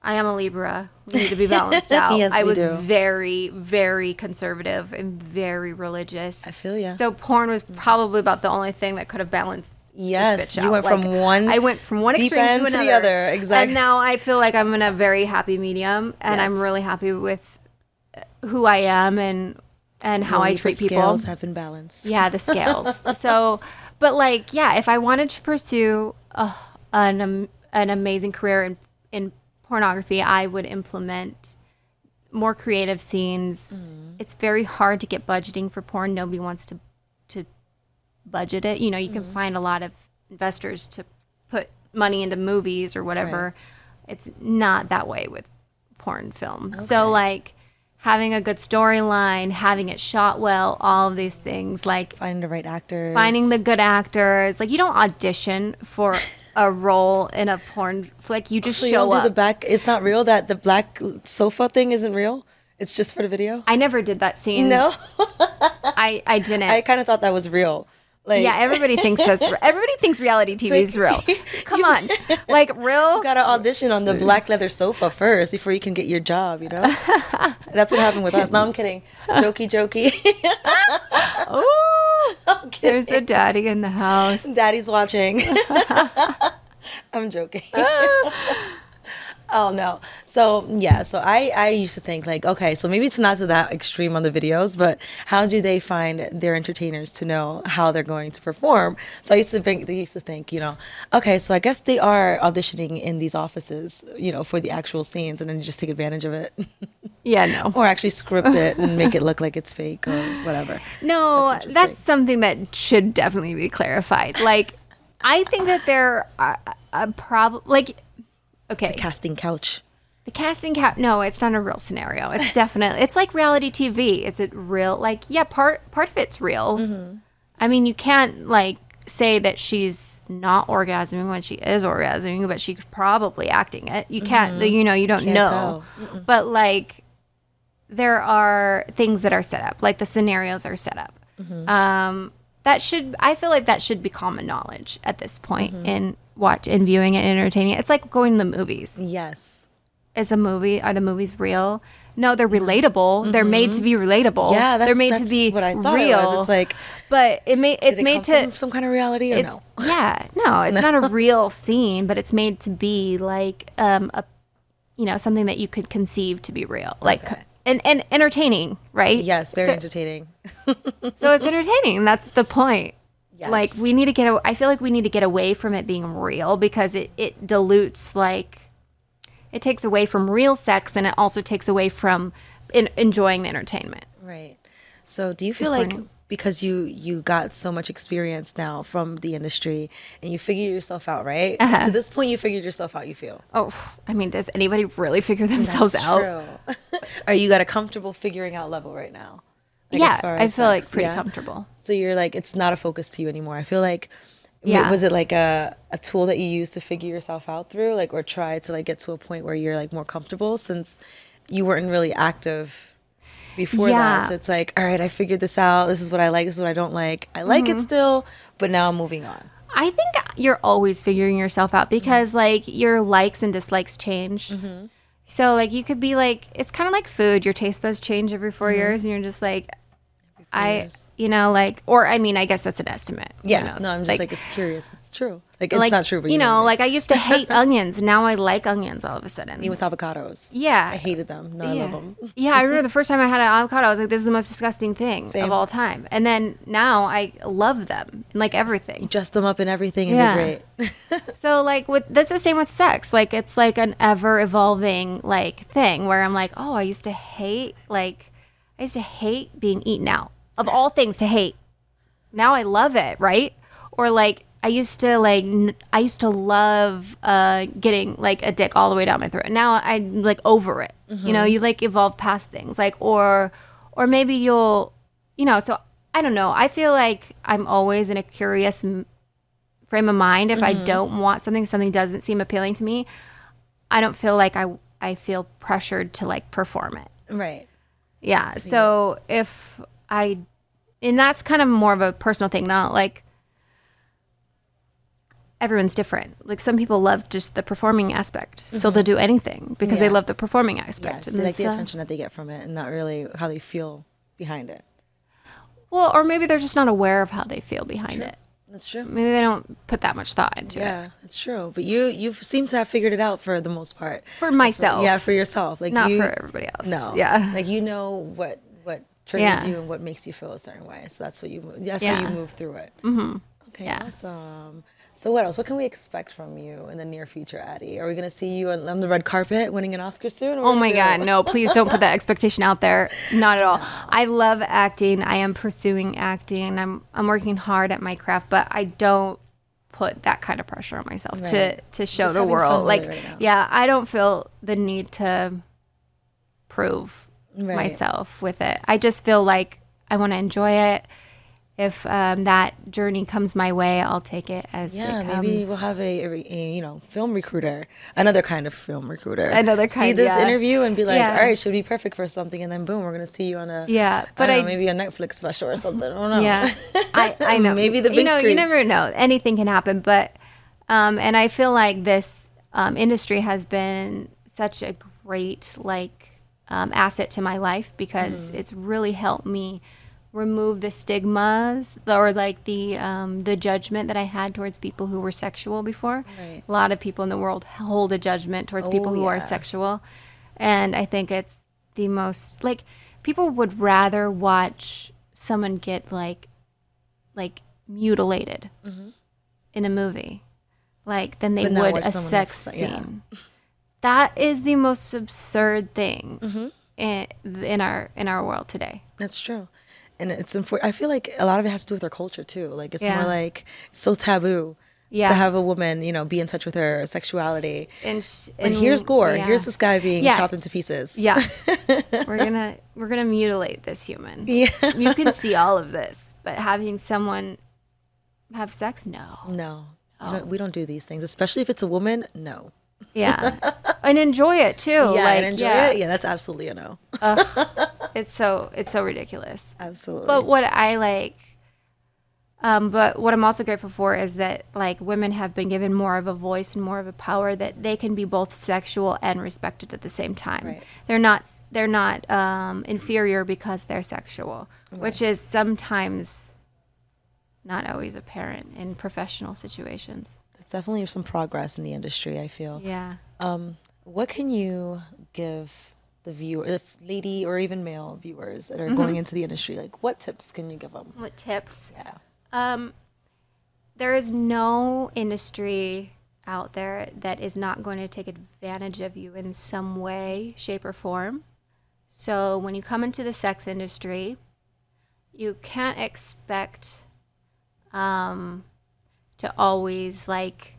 S2: I am a Libra; we need to be balanced out.
S1: Yes,
S2: I
S1: we
S2: was
S1: do.
S2: very, very conservative and very religious.
S1: I feel ya.
S2: So porn was probably about the only thing that could have balanced. this
S1: Yes,
S2: bitch
S1: you
S2: out.
S1: went from one
S2: I went from one
S1: deep
S2: extreme
S1: end
S2: to,
S1: to the
S2: another,
S1: other,
S2: And
S1: exactly.
S2: now I feel like I'm in a very happy medium, and I'm
S1: Yes.
S2: really happy with uh, who I am and and how
S1: Maybe
S2: I
S1: the
S2: treat people.
S1: scales have been balanced
S2: yeah, the scales. so, but like, yeah, if I wanted to pursue uh, an um, an amazing career in in pornography, I would implement more creative scenes.
S1: Mm.
S2: It's very hard to get budgeting for porn. Nobody wants to to budget it. You know, you
S1: Mm-hmm.
S2: can find a lot of investors to put money into movies or whatever. It's not that way with porn film. So like having a good storyline, having it shot well, all of these things like
S1: finding the right actors
S2: finding the good actors. Like you don't audition for a role in a porn flick. You just
S1: So you
S2: show
S1: don't do
S2: up.
S1: the back. It's not real that the black sofa thing isn't real. It's just for the video.
S2: I never did that scene.
S1: No,
S2: I, I didn't.
S1: I kind of thought that was real. Like,
S2: yeah, everybody thinks that's re- everybody thinks reality TV is real. Come on, like real.
S1: you gotta audition on the black leather sofa first before you can get your job. You know, that's what happened with us. No, I'm kidding. Jokey, jokey.
S2: Oh,
S1: I'm kidding.
S2: there's a daddy in the house.
S1: Daddy's watching. I'm joking. oh no. So yeah, so I I used to think like, okay, so maybe it's not to that extreme on the videos, but how do they find their entertainers to know how they're going to perform? So I used to think they used to think, you know, okay, so I guess they are auditioning in these offices, you know, for the actual scenes and then you just take advantage of it.
S2: Yeah, no.
S1: or actually script it and make it look like it's fake or whatever.
S2: No,
S1: That's
S2: that's,
S1: interesting.
S2: something that should definitely be clarified. Like, I think that there are a problem. Like, okay,
S1: Casting couch.
S2: the casting couch. No, it's not a real scenario. It's definitely. It's like reality TV. Is it real? Like, yeah, part part of it's real. I mean, you can't like say that she's not orgasming when she is orgasming, but she's probably acting it. You can't. You know, you don't
S1: Can't
S2: know. But like, there are things that are set up, like the scenarios are set up. Um, that should I feel like that should be common knowledge at this point in watch in viewing and entertaining. It's like going to the movies.
S1: Yes.
S2: Is a movie are the movies real? No, they're relatable. They're made to be relatable.
S1: Mm-hmm. Yeah, that's,
S2: they're made
S1: that's
S2: to be
S1: what I thought
S2: real.
S1: It was. It's like
S2: but it may it's
S1: did it
S2: made
S1: come
S2: to
S1: from some kind of reality or
S2: it's
S1: no?
S2: yeah no it's not a real scene but it's made to be like um a you know something that you could conceive to be real like
S1: Okay.
S2: and, and entertaining, right?
S1: Yes, very
S2: So-
S1: entertaining.
S2: So it's entertaining. That's the point.
S1: Yes.
S2: Like we need to get. A, I feel like we need to get away from it being real because it it dilutes like it takes away from real sex and it also takes away from in, enjoying the entertainment.
S1: Right. So do you feel like because you you got so much experience now from the industry and you figured yourself out, right?
S2: Uh-huh.
S1: To this point you figured yourself out, you feel.
S2: Oh, I mean, does anybody really figure themselves out?
S1: true. Are you at a comfortable figuring out level right now? Like,
S2: yeah,
S1: as far
S2: I
S1: as
S2: feel like
S1: sex,
S2: pretty
S1: yeah?
S2: comfortable.
S1: So you're like it's not a focus to you anymore. I feel like w-
S2: Yeah.
S1: was it like a, a tool that you use to figure yourself out through like or try to like get to a point where you're like more comfortable since you weren't really active before
S2: Yeah.
S1: that. So it's like, all right, I figured this out. This is what I like, this is what I don't like. I like
S2: Mm-hmm.
S1: it still, but now I'm moving on.
S2: I think you're always figuring yourself out because
S1: Mm-hmm.
S2: like your likes and dislikes change. So like you could be like it's kind of like food. Your taste buds change every 4 years, and you're just like, I
S1: Mm-hmm. years.
S2: you know like or I mean I guess that's an estimate. Who
S1: Yeah.
S2: knows?
S1: No, I'm just like, it's curious. It's true. Like it's
S2: like,
S1: not true, but
S2: you know
S1: right.
S2: like I used to hate onions. Now I like onions all of a sudden.
S1: with avocados.
S2: yeah.
S1: I hated them. Now I
S2: yeah.
S1: love them.
S2: yeah, I remember the first time I had an avocado, I was like, "This is the most disgusting thing
S1: Same.
S2: of all time." And then now I love them, and like everything.
S1: Dress them up in everything and
S2: Yeah.
S1: they're great.
S2: So like with that's the same with sex. Like it's like an ever evolving like thing where I'm like, oh, I used to hate like I used to hate being eaten out. Of all things to hate. Now I love it, right? Or like I used to like n- I used to love uh getting like a dick all the way down my throat. Now I'm like over it. You know, you like evolve past things like or or maybe you'll you know, so I don't know. I feel like I'm always in a curious m- frame of mind if
S1: Mm-hmm.
S2: i don't want something something doesn't seem appealing to me i don't feel like i i feel pressured to like perform it
S1: right.
S2: yeah so if i and that's kind of more of a personal thing not like everyone's different like some people love just the performing aspect so they'll do anything because
S1: Mm-hmm.
S2: they
S1: Yeah.
S2: love the performing
S1: Yes,
S2: aspect
S1: they like the
S2: it's, uh,
S1: attention that they get from it, and not really how they feel behind it.
S2: well or maybe they're just not aware of how they feel behind it
S1: That's true.
S2: maybe they don't put that much thought into it
S1: Yeah, that's true. But you you seem to have figured it out for the most part.
S2: for myself
S1: yeah, for yourself. Like
S2: not
S1: you,
S2: for everybody else
S1: No.
S2: yeah
S1: Like you know what what triggers
S2: Yeah.
S1: you and what makes you feel a certain way. So that's what you mo- that's how
S2: Yeah.
S1: you move through it. Mm-hmm. Okay.
S2: Yeah.
S1: Awesome. So what else? What can we expect from you in the near future, Addie? Are we gonna see you on, on the red carpet winning an Oscar soon?
S2: Oh my God, no, please don't put that expectation out there. Not at all. I love acting. I am pursuing acting. I'm I'm working hard at my craft, but I don't put that kind of pressure on myself to
S1: Right.
S2: to show
S1: Just
S2: the
S1: having fun
S2: world.
S1: with
S2: Like
S1: it right now.
S2: yeah, I don't feel the need to prove
S1: Right.
S2: myself with it. I just feel like I want to enjoy it. If um, that journey comes my way, I'll take it as
S1: Yeah,
S2: it comes.
S1: maybe we'll have a, a, re- a, you know film recruiter, another kind of film recruiter.
S2: Another
S1: See
S2: kind,
S1: this
S2: yeah.
S1: interview and be like,
S2: Yeah.
S1: all right, she'll be perfect for something, and then boom, we're gonna see you on a
S2: Yeah,
S1: but
S2: but
S1: I don't
S2: I-
S1: know, maybe a Netflix special or something. I don't know.
S2: Yeah, I, I know.
S1: Maybe the
S2: you
S1: big
S2: know you
S1: screen.
S2: never know. Anything can happen, but um, and I feel like this um, industry has been such a great like um, asset to my life
S1: Mm.
S2: because it's really helped me remove the stigmas or like the um, the judgment that I had towards people who were sexual before.
S1: Right.
S2: A lot of people in the world hold a judgment towards people
S1: Oh,
S2: who
S1: yeah.
S2: are sexual, and I think it's the most like people would rather watch someone get like like mutilated in a movie like than they
S1: Mm-hmm. But not
S2: would
S1: watch
S2: a
S1: someone
S2: sex
S1: else,
S2: scene
S1: yeah.
S2: that is the most absurd thing
S1: Mm-hmm.
S2: in, in our in our world today
S1: That's true. And it's important. I feel like a lot of it has to do with our culture too. Like it's
S2: Yeah.
S1: more like so taboo
S2: Yeah.
S1: to have a woman, you know, be in touch with her sexuality.
S2: and, sh-
S1: And, here's gore.
S2: yeah.
S1: Here's this guy being
S2: Yeah.
S1: chopped into pieces.
S2: yeah we're gonna we're gonna mutilate this human
S1: Yeah.
S2: you can see all of this but having someone have sex no
S1: No,
S2: Oh.
S1: You don't- we don't do these things, especially if it's a woman. No.
S2: yeah and enjoy it too
S1: Yeah,
S2: Oh, like
S1: and enjoy
S2: yeah
S1: it. Yeah, that's absolutely a no.
S2: it's so it's so ridiculous
S1: Absolutely.
S2: But what I like, um, but what I'm also grateful for is that like women have been given more of a voice and more of a power that they can be both sexual and respected at the same time.
S1: Right.
S2: They're not they're not um, inferior because they're sexual, which is sometimes not always apparent in professional situations.
S1: It's definitely some progress in the industry, I feel.
S2: Yeah.
S1: Um, what can you give the viewer, the f- lady or even male viewers
S2: Mm-hmm.
S1: that are going into the industry? Like, what tips can you give them?
S2: What tips?
S1: Yeah.
S2: Um, there is no industry out there that is not going to take advantage of you in some way, shape, or form. So when you come into the sex industry, you can't expect um, to always like.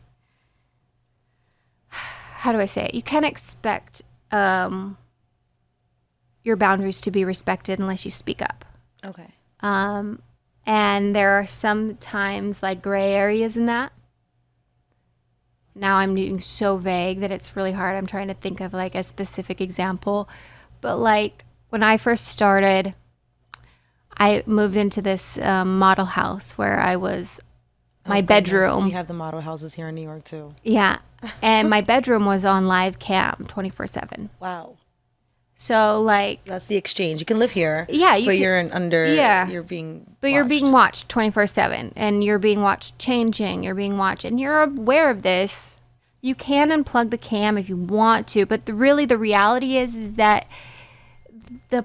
S2: How do I say it? You can't expect um, your boundaries to be respected unless you speak up.
S1: Okay.
S2: Um, and there are sometimes like gray areas in that. Now I'm being so vague that it's really hard. I'm trying to think of like a specific example. But like when I first started, I moved into this um, model house where I was my bedroom.
S1: We have the model houses here in New York too.
S2: Yeah. And my bedroom was on live cam 24 7.
S1: Wow.
S2: So, like,
S1: That's the exchange. You can live here.
S2: Yeah, you
S1: but
S2: can-
S1: you're an under.
S2: Yeah.
S1: You're being.
S2: But you're
S1: watched.
S2: being watched 24 7 and you're being watched changing. You're being watched and you're aware of this. You can unplug the cam if you want to, but the, really the reality is is that the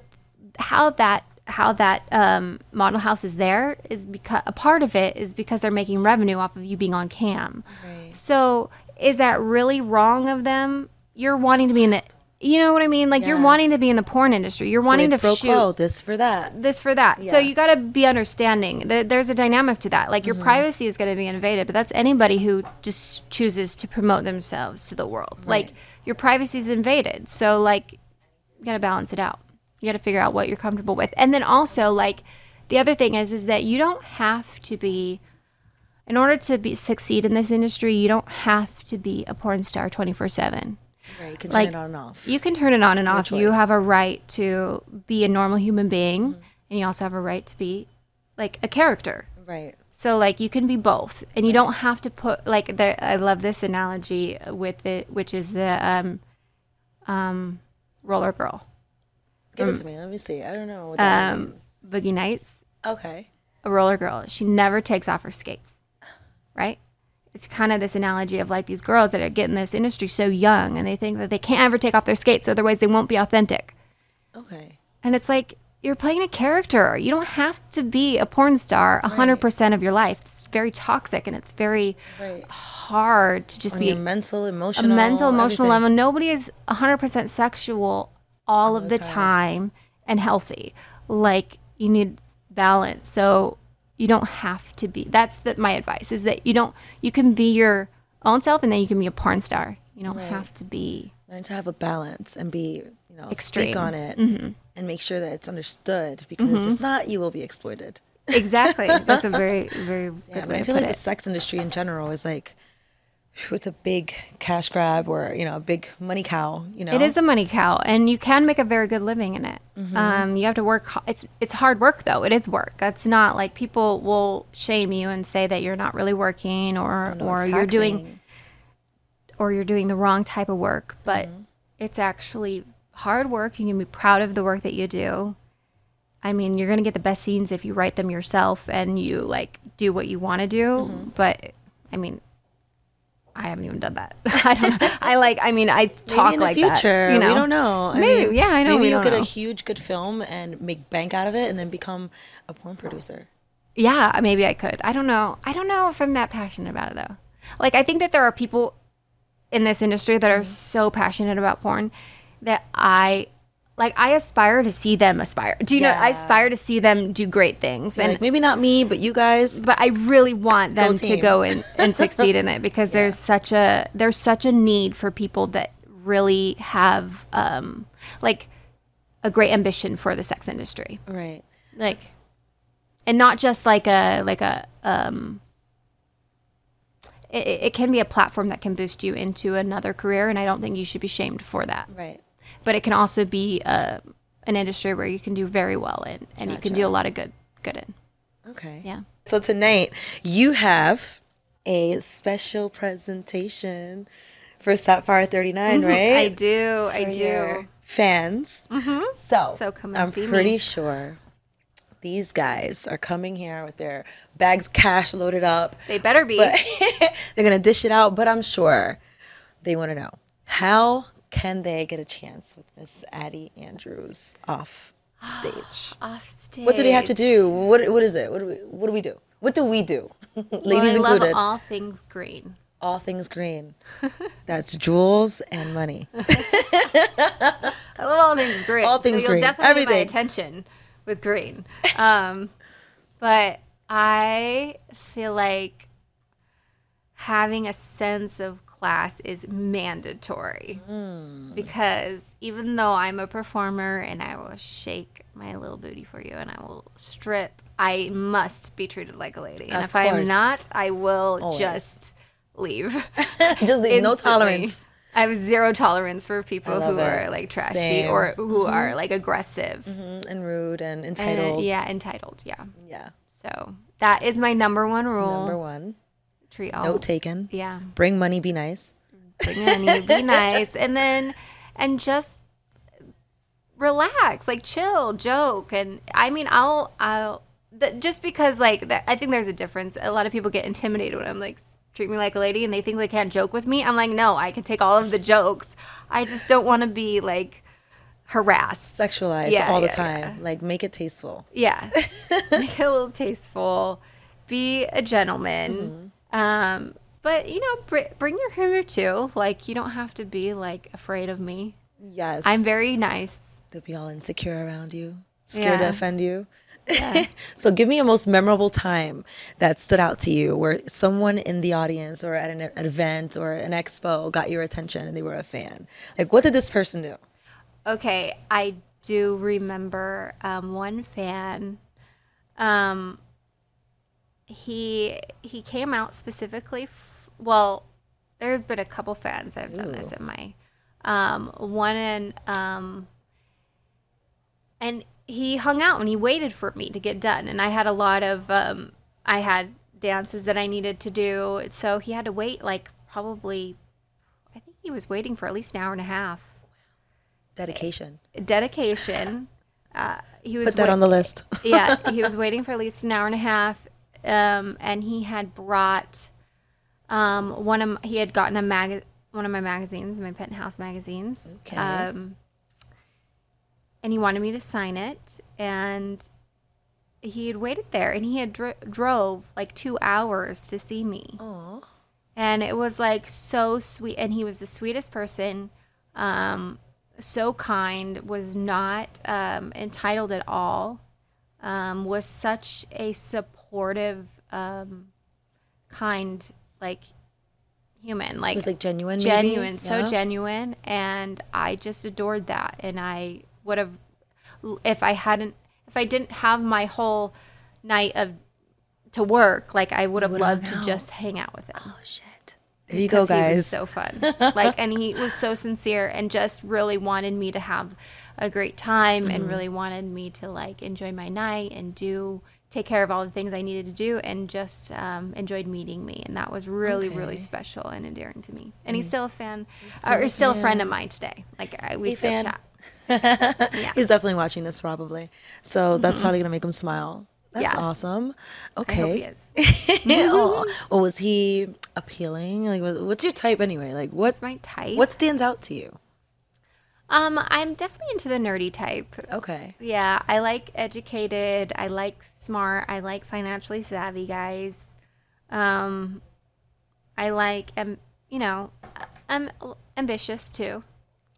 S2: how that how that um, model house is there is because a part of it is because they're making revenue off of you being on cam.
S1: Right.
S2: So is that really wrong of them? You're wanting to be in the you know what I mean? Like you're
S1: Yeah.
S2: wanting to be in the porn industry. You're wanting
S1: Quid
S2: to
S1: pro
S2: shoot
S1: quo, this for that.
S2: this for that. So
S1: Yeah.
S2: you got to be understanding. Th- There's a dynamic to that. Like your privacy is going to be invaded, but that's anybody who just chooses to promote themselves to the world. Like your privacy is invaded. So like you got to balance it out. You got to figure out what you're comfortable with. And then also like the other thing is is that you don't have to be in order to be succeed in this industry, you don't have to be a porn star 24/7.
S1: Right. You can
S2: Like,
S1: turn it on and off.
S2: You can turn it on and off. You
S1: choice.
S2: have a right to be a normal human being, and you also have a right to be like a character.
S1: right.
S2: So like you can be both, and you don't have to put like the. I love this analogy with it, which is the um, um, roller girl,
S1: Give it to me. Let me see. I don't know. What that
S2: um, Boogie Nights,
S1: okay.
S2: a roller girl. She never takes off her skates, right? It's kind of this analogy of like these girls that are getting this industry so young, and they think that they can't ever take off their skates, otherwise they won't be authentic.
S1: Okay.
S2: And it's like you're playing a character. You don't have to be a porn star 100% of your life. It's very toxic and it's very
S1: Right.
S2: hard to just
S1: On
S2: be
S1: your mental,
S2: a
S1: emotional,
S2: mental, emotional
S1: everything.
S2: level. Nobody is 100% sexual all of the time and healthy. Like you need balance. So you don't have to be. That's the, my advice is that you don't, you can be your own self and then you can be a porn star. You don't have to be.
S1: learn to have a balance and be you know
S2: Extreme. Mm-hmm.
S1: speak on it and make sure that it's understood because if not you will be exploited
S2: Exactly. That's a very, very good
S1: yeah, but
S2: way
S1: i
S2: to
S1: feel
S2: put
S1: like the
S2: it.
S1: sex industry in general is like phew, it's a big cash grab or you know a big money cow Mm-hmm. you know
S2: It is a money cow, and you can make a very good living in it. Um, you have to work. h- It's it's hard work though. It is work. It's not like people will shame you and say that you're not really working or
S1: No,
S2: or
S1: it's
S2: you're doing
S1: taxing.
S2: or you're doing the wrong type of work. But
S1: Mm-hmm.
S2: it's actually hard work. You can be proud of the work that you do. I mean, you're gonna get the best scenes if you write them yourself and you like do what you want to do.
S1: Mm-hmm.
S2: But I mean. I haven't even done that. I don't know. I like. I mean, I talk
S1: Maybe in the
S2: like
S1: future
S2: that. You know?
S1: we don't know I
S2: Maybe, yeah, I know,
S1: maybe
S2: we
S1: you'll
S2: don't
S1: get
S2: know.
S1: a huge good film and make bank out of it and then become a porn producer
S2: Yeah, maybe I could. I don't know. I don't know if I'm that passionate about it though. Like I think that there are people in this industry that are so passionate about porn that I like I aspire to see them aspire. Do you know I
S1: Yeah.
S2: aspire to see them do great things and
S1: like maybe not me but you guys
S2: but I really want them to
S1: team.
S2: go and, and succeed in it because there's such a there's such a need for people that really have um like a great ambition for the sex industry
S1: right
S2: like and not just like a like a um it, it can be a platform that can boost you into another career and i don't think you should be shamed for that
S1: right
S2: but it can also be uh, an industry where you can do very well in and you can do a lot of good good in
S1: okay
S2: yeah
S1: So tonight you have a special presentation for Sapphire 39, right?
S2: i do i
S1: For
S2: do
S1: your Fans. Mm-hmm. So,
S2: So come and
S1: I'm
S2: see me.
S1: pretty sure these guys are coming here with their bags cash loaded up.
S2: they better be
S1: They're going to dish it out, but I'm sure they want to know how can they get a chance with Miss Addie Andrews off stage?
S2: Off stage.
S1: what do they have to do? What what is it? What do we what do we do? What do we do? Ladies
S2: well, I
S1: included.
S2: love all things green.
S1: all things green. That's jewels and money.
S2: I love all things green.
S1: All things
S2: so
S1: green.
S2: You'll definitely get my
S1: Everything.
S2: attention with green. Um, but I feel like having a sense of class is mandatory
S1: Hmm.
S2: because even though I'm a performer and I will shake my little booty for you and I will strip, I must be treated like a lady. And
S1: Of
S2: if I am
S1: course.
S2: not, I will
S1: Always.
S2: just leave.
S1: Just leave no
S2: Instantly.
S1: tolerance.
S2: I have zero tolerance for people
S1: love
S2: who
S1: it.
S2: are like trashy
S1: Same.
S2: or who are like aggressive.
S1: Mm, And rude and
S2: And,
S1: entitled.
S2: Uh, yeah, entitled. Yeah.
S1: Yeah.
S2: So that is my number one rule.
S1: Number one.
S2: Treat all.
S1: Note taken.
S2: Oh. yeah.
S1: Bring money, be nice.
S2: Bring it in, you be nice. And then, and just relax, like chill, joke. And I mean, I'll, I'll, th- just because like, that, I think there's a difference. A lot of people get intimidated when I'm like, treat me like a lady and they think they can't joke with me. I'm like, no, I can take all of the jokes. I just don't want to be like harassed.
S1: Sexualize
S2: Yeah,
S1: all the
S2: yeah,
S1: time. Like make it tasteful.
S2: Yeah. Make it a little tasteful. Be a gentleman. Um, but, you know, br- bring your humor too. Like, you don't have to be, like, afraid of me.
S1: Yes.
S2: I'm very nice.
S1: they'll be all insecure around you, scared to
S2: Yeah.
S1: offend you. so give me a most memorable time that stood out to you where someone in the audience or at an, e- an event or an expo got your attention and they were a fan. Like what did this person do?
S2: Okay. I do remember um, one fan. Um, he he came out specifically. F- well, there have been a couple fans that have done this in my. Um, one in um, and he hung out and he waited for me to get done and i had a lot of um, i had dances that i needed to do so he had to wait like probably i think he was waiting for at least an hour and a half
S1: Dedication.
S2: dedication uh, he was
S1: Put that
S2: wait-
S1: on the list.
S2: yeah, he was waiting for at least an hour and a half, um, and he had brought um, one of m- he had gotten a mag one of my magazines, my penthouse magazines,
S1: Okay.
S2: um, and he wanted me to sign it, and he had waited there, and he had dr- drove like two hours to see me,
S1: Aw.
S2: and it was like so sweet, and he was the sweetest person. Um, so kind, was not um, entitled at all um, was such a supportive, um, kind, like human,
S1: It
S2: like,
S1: was like genuine maybe?
S2: genuine, so
S1: Yeah?
S2: genuine, and I just adored that. And I would have, if I hadn't, if I didn't have my whole night of to work, like I would have
S1: would've
S2: loved
S1: hung
S2: to
S1: out.
S2: just hang out with him.
S1: Oh shit. There you go
S2: 'cause He
S1: guys.
S2: was so fun. like, and he was so sincere and just really wanted me to have a great time
S1: Mm-hmm.
S2: and really wanted me to like enjoy my night and do take care of all the things I needed to do and just um, enjoyed meeting me. And that was really, really
S1: Okay. Mm.
S2: special and endearing to me. And he's still a fan, uh, or he's still a friend of mine today. Like, I, we
S1: Hey,
S2: still
S1: fan.
S2: chat.
S1: He's definitely watching this probably. So that's probably going to make him smile. That's
S2: Mm-hmm. Yeah.
S1: awesome.
S2: I
S1: Okay.
S2: hope he is. Mm-hmm.
S1: Aw. Well, Oh, was he appealing? Like, was, what's your type anyway? Like, what
S2: It's my type.
S1: what stands out to you?
S2: Um, I'm definitely into the nerdy type.
S1: Okay.
S2: Yeah, I like educated. I like smart. I like financially savvy guys. Um, I like am you know, I'm ambitious too.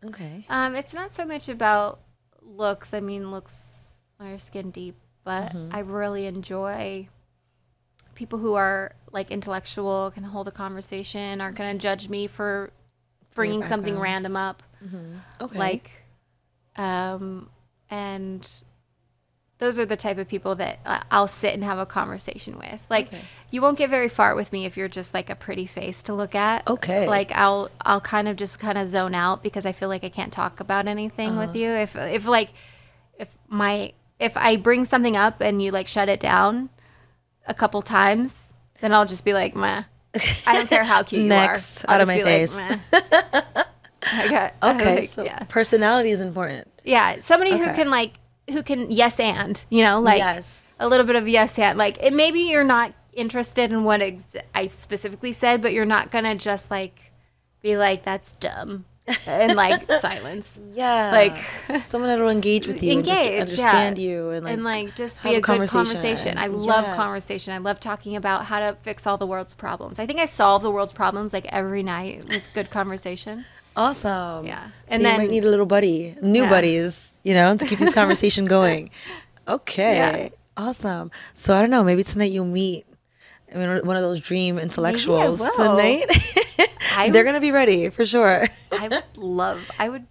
S1: Okay.
S2: Um, it's not so much about looks. I mean, looks are skin deep, but I really enjoy people who are like intellectual, can hold a conversation, aren't going to judge me for bringing something
S1: background.
S2: random up
S1: Okay.
S2: like um and those are the type of people that I- I'll sit and have a conversation with. Like
S1: Okay.
S2: you won't get very far with me if you're just like a pretty face to look at.
S1: Okay.
S2: Like I'll I'll kind of just kind of zone out because I feel like I can't talk about anything with
S1: Uh-huh.
S2: you if if like if my if I bring something up and you like shut it down a couple times, then I'll just be like, "Meh." I don't care how cute
S1: Next,
S2: you are. I'll
S1: out of
S2: just
S1: my
S2: be
S1: face.
S2: Like, "Meh." I got, I
S1: okay.
S2: like,
S1: so
S2: yeah.
S1: personality is important.
S2: Yeah, somebody
S1: Okay.
S2: who can like who can yes and you know like
S1: Yes.
S2: a little bit of yes and like it, maybe you're not interested in what ex- I specifically said, but you're not gonna just like be like that's dumb. and like silence.
S1: Yeah.
S2: Like-
S1: someone that'll engage with you and
S2: Engage,
S1: just
S2: yeah.
S1: understand you and like,
S2: and like just
S1: have
S2: be a, good conversation. I love
S1: Yes.
S2: conversation. I love talking about how to fix all the world's problems. I think I solve the world's problems like every night with good conversation.
S1: Awesome.
S2: Yeah.
S1: So
S2: And
S1: you
S2: then-
S1: might need a little buddy, new
S2: Yeah.
S1: buddies, you know, to keep this conversation going. Okay.
S2: Yeah.
S1: Awesome. So I don't know. Maybe tonight you'll meet. I mean, one of those dream intellectuals
S2: will.
S1: tonight.
S2: I
S1: They're gonna be ready for sure.
S2: I would love. I would.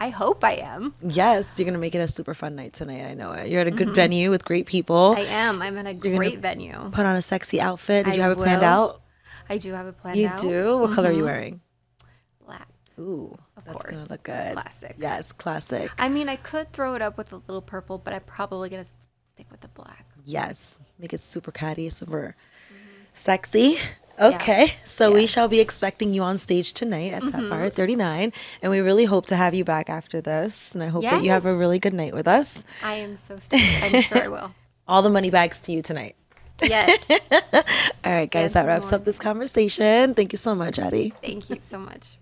S2: I hope I am.
S1: yes, you're gonna make it a super fun night tonight. I know it. You're at a good venue with great people.
S2: Mm-hmm. I am. I'm in a
S1: gonna-
S2: great venue.
S1: Put on a sexy outfit. Did
S2: I
S1: you have it planned
S2: will.
S1: out?
S2: I do have a plan.
S1: You
S2: out.
S1: do. What color are you wearing?
S2: Black.
S1: Ooh, that's
S2: course.
S1: gonna look good.
S2: Classic.
S1: Yes, classic.
S2: I mean, I could throw it up with a little purple, but I'm probably gonna s- stick with the black.
S1: Yes, make it super catty, super
S2: Mm-hmm.
S1: sexy. Okay, so we shall be expecting you on stage tonight at
S2: Mm-hmm.
S1: Sapphire 39, and we really hope to have you back after this. And I hope that you have a
S2: Yes.
S1: really good night with us.
S2: I am so stoked. I'm sure I will.
S1: All the money bags to you tonight.
S2: Yes.
S1: All right, guys, that wraps up this conversation. Thank you so much, Addie.
S2: Thank you so much.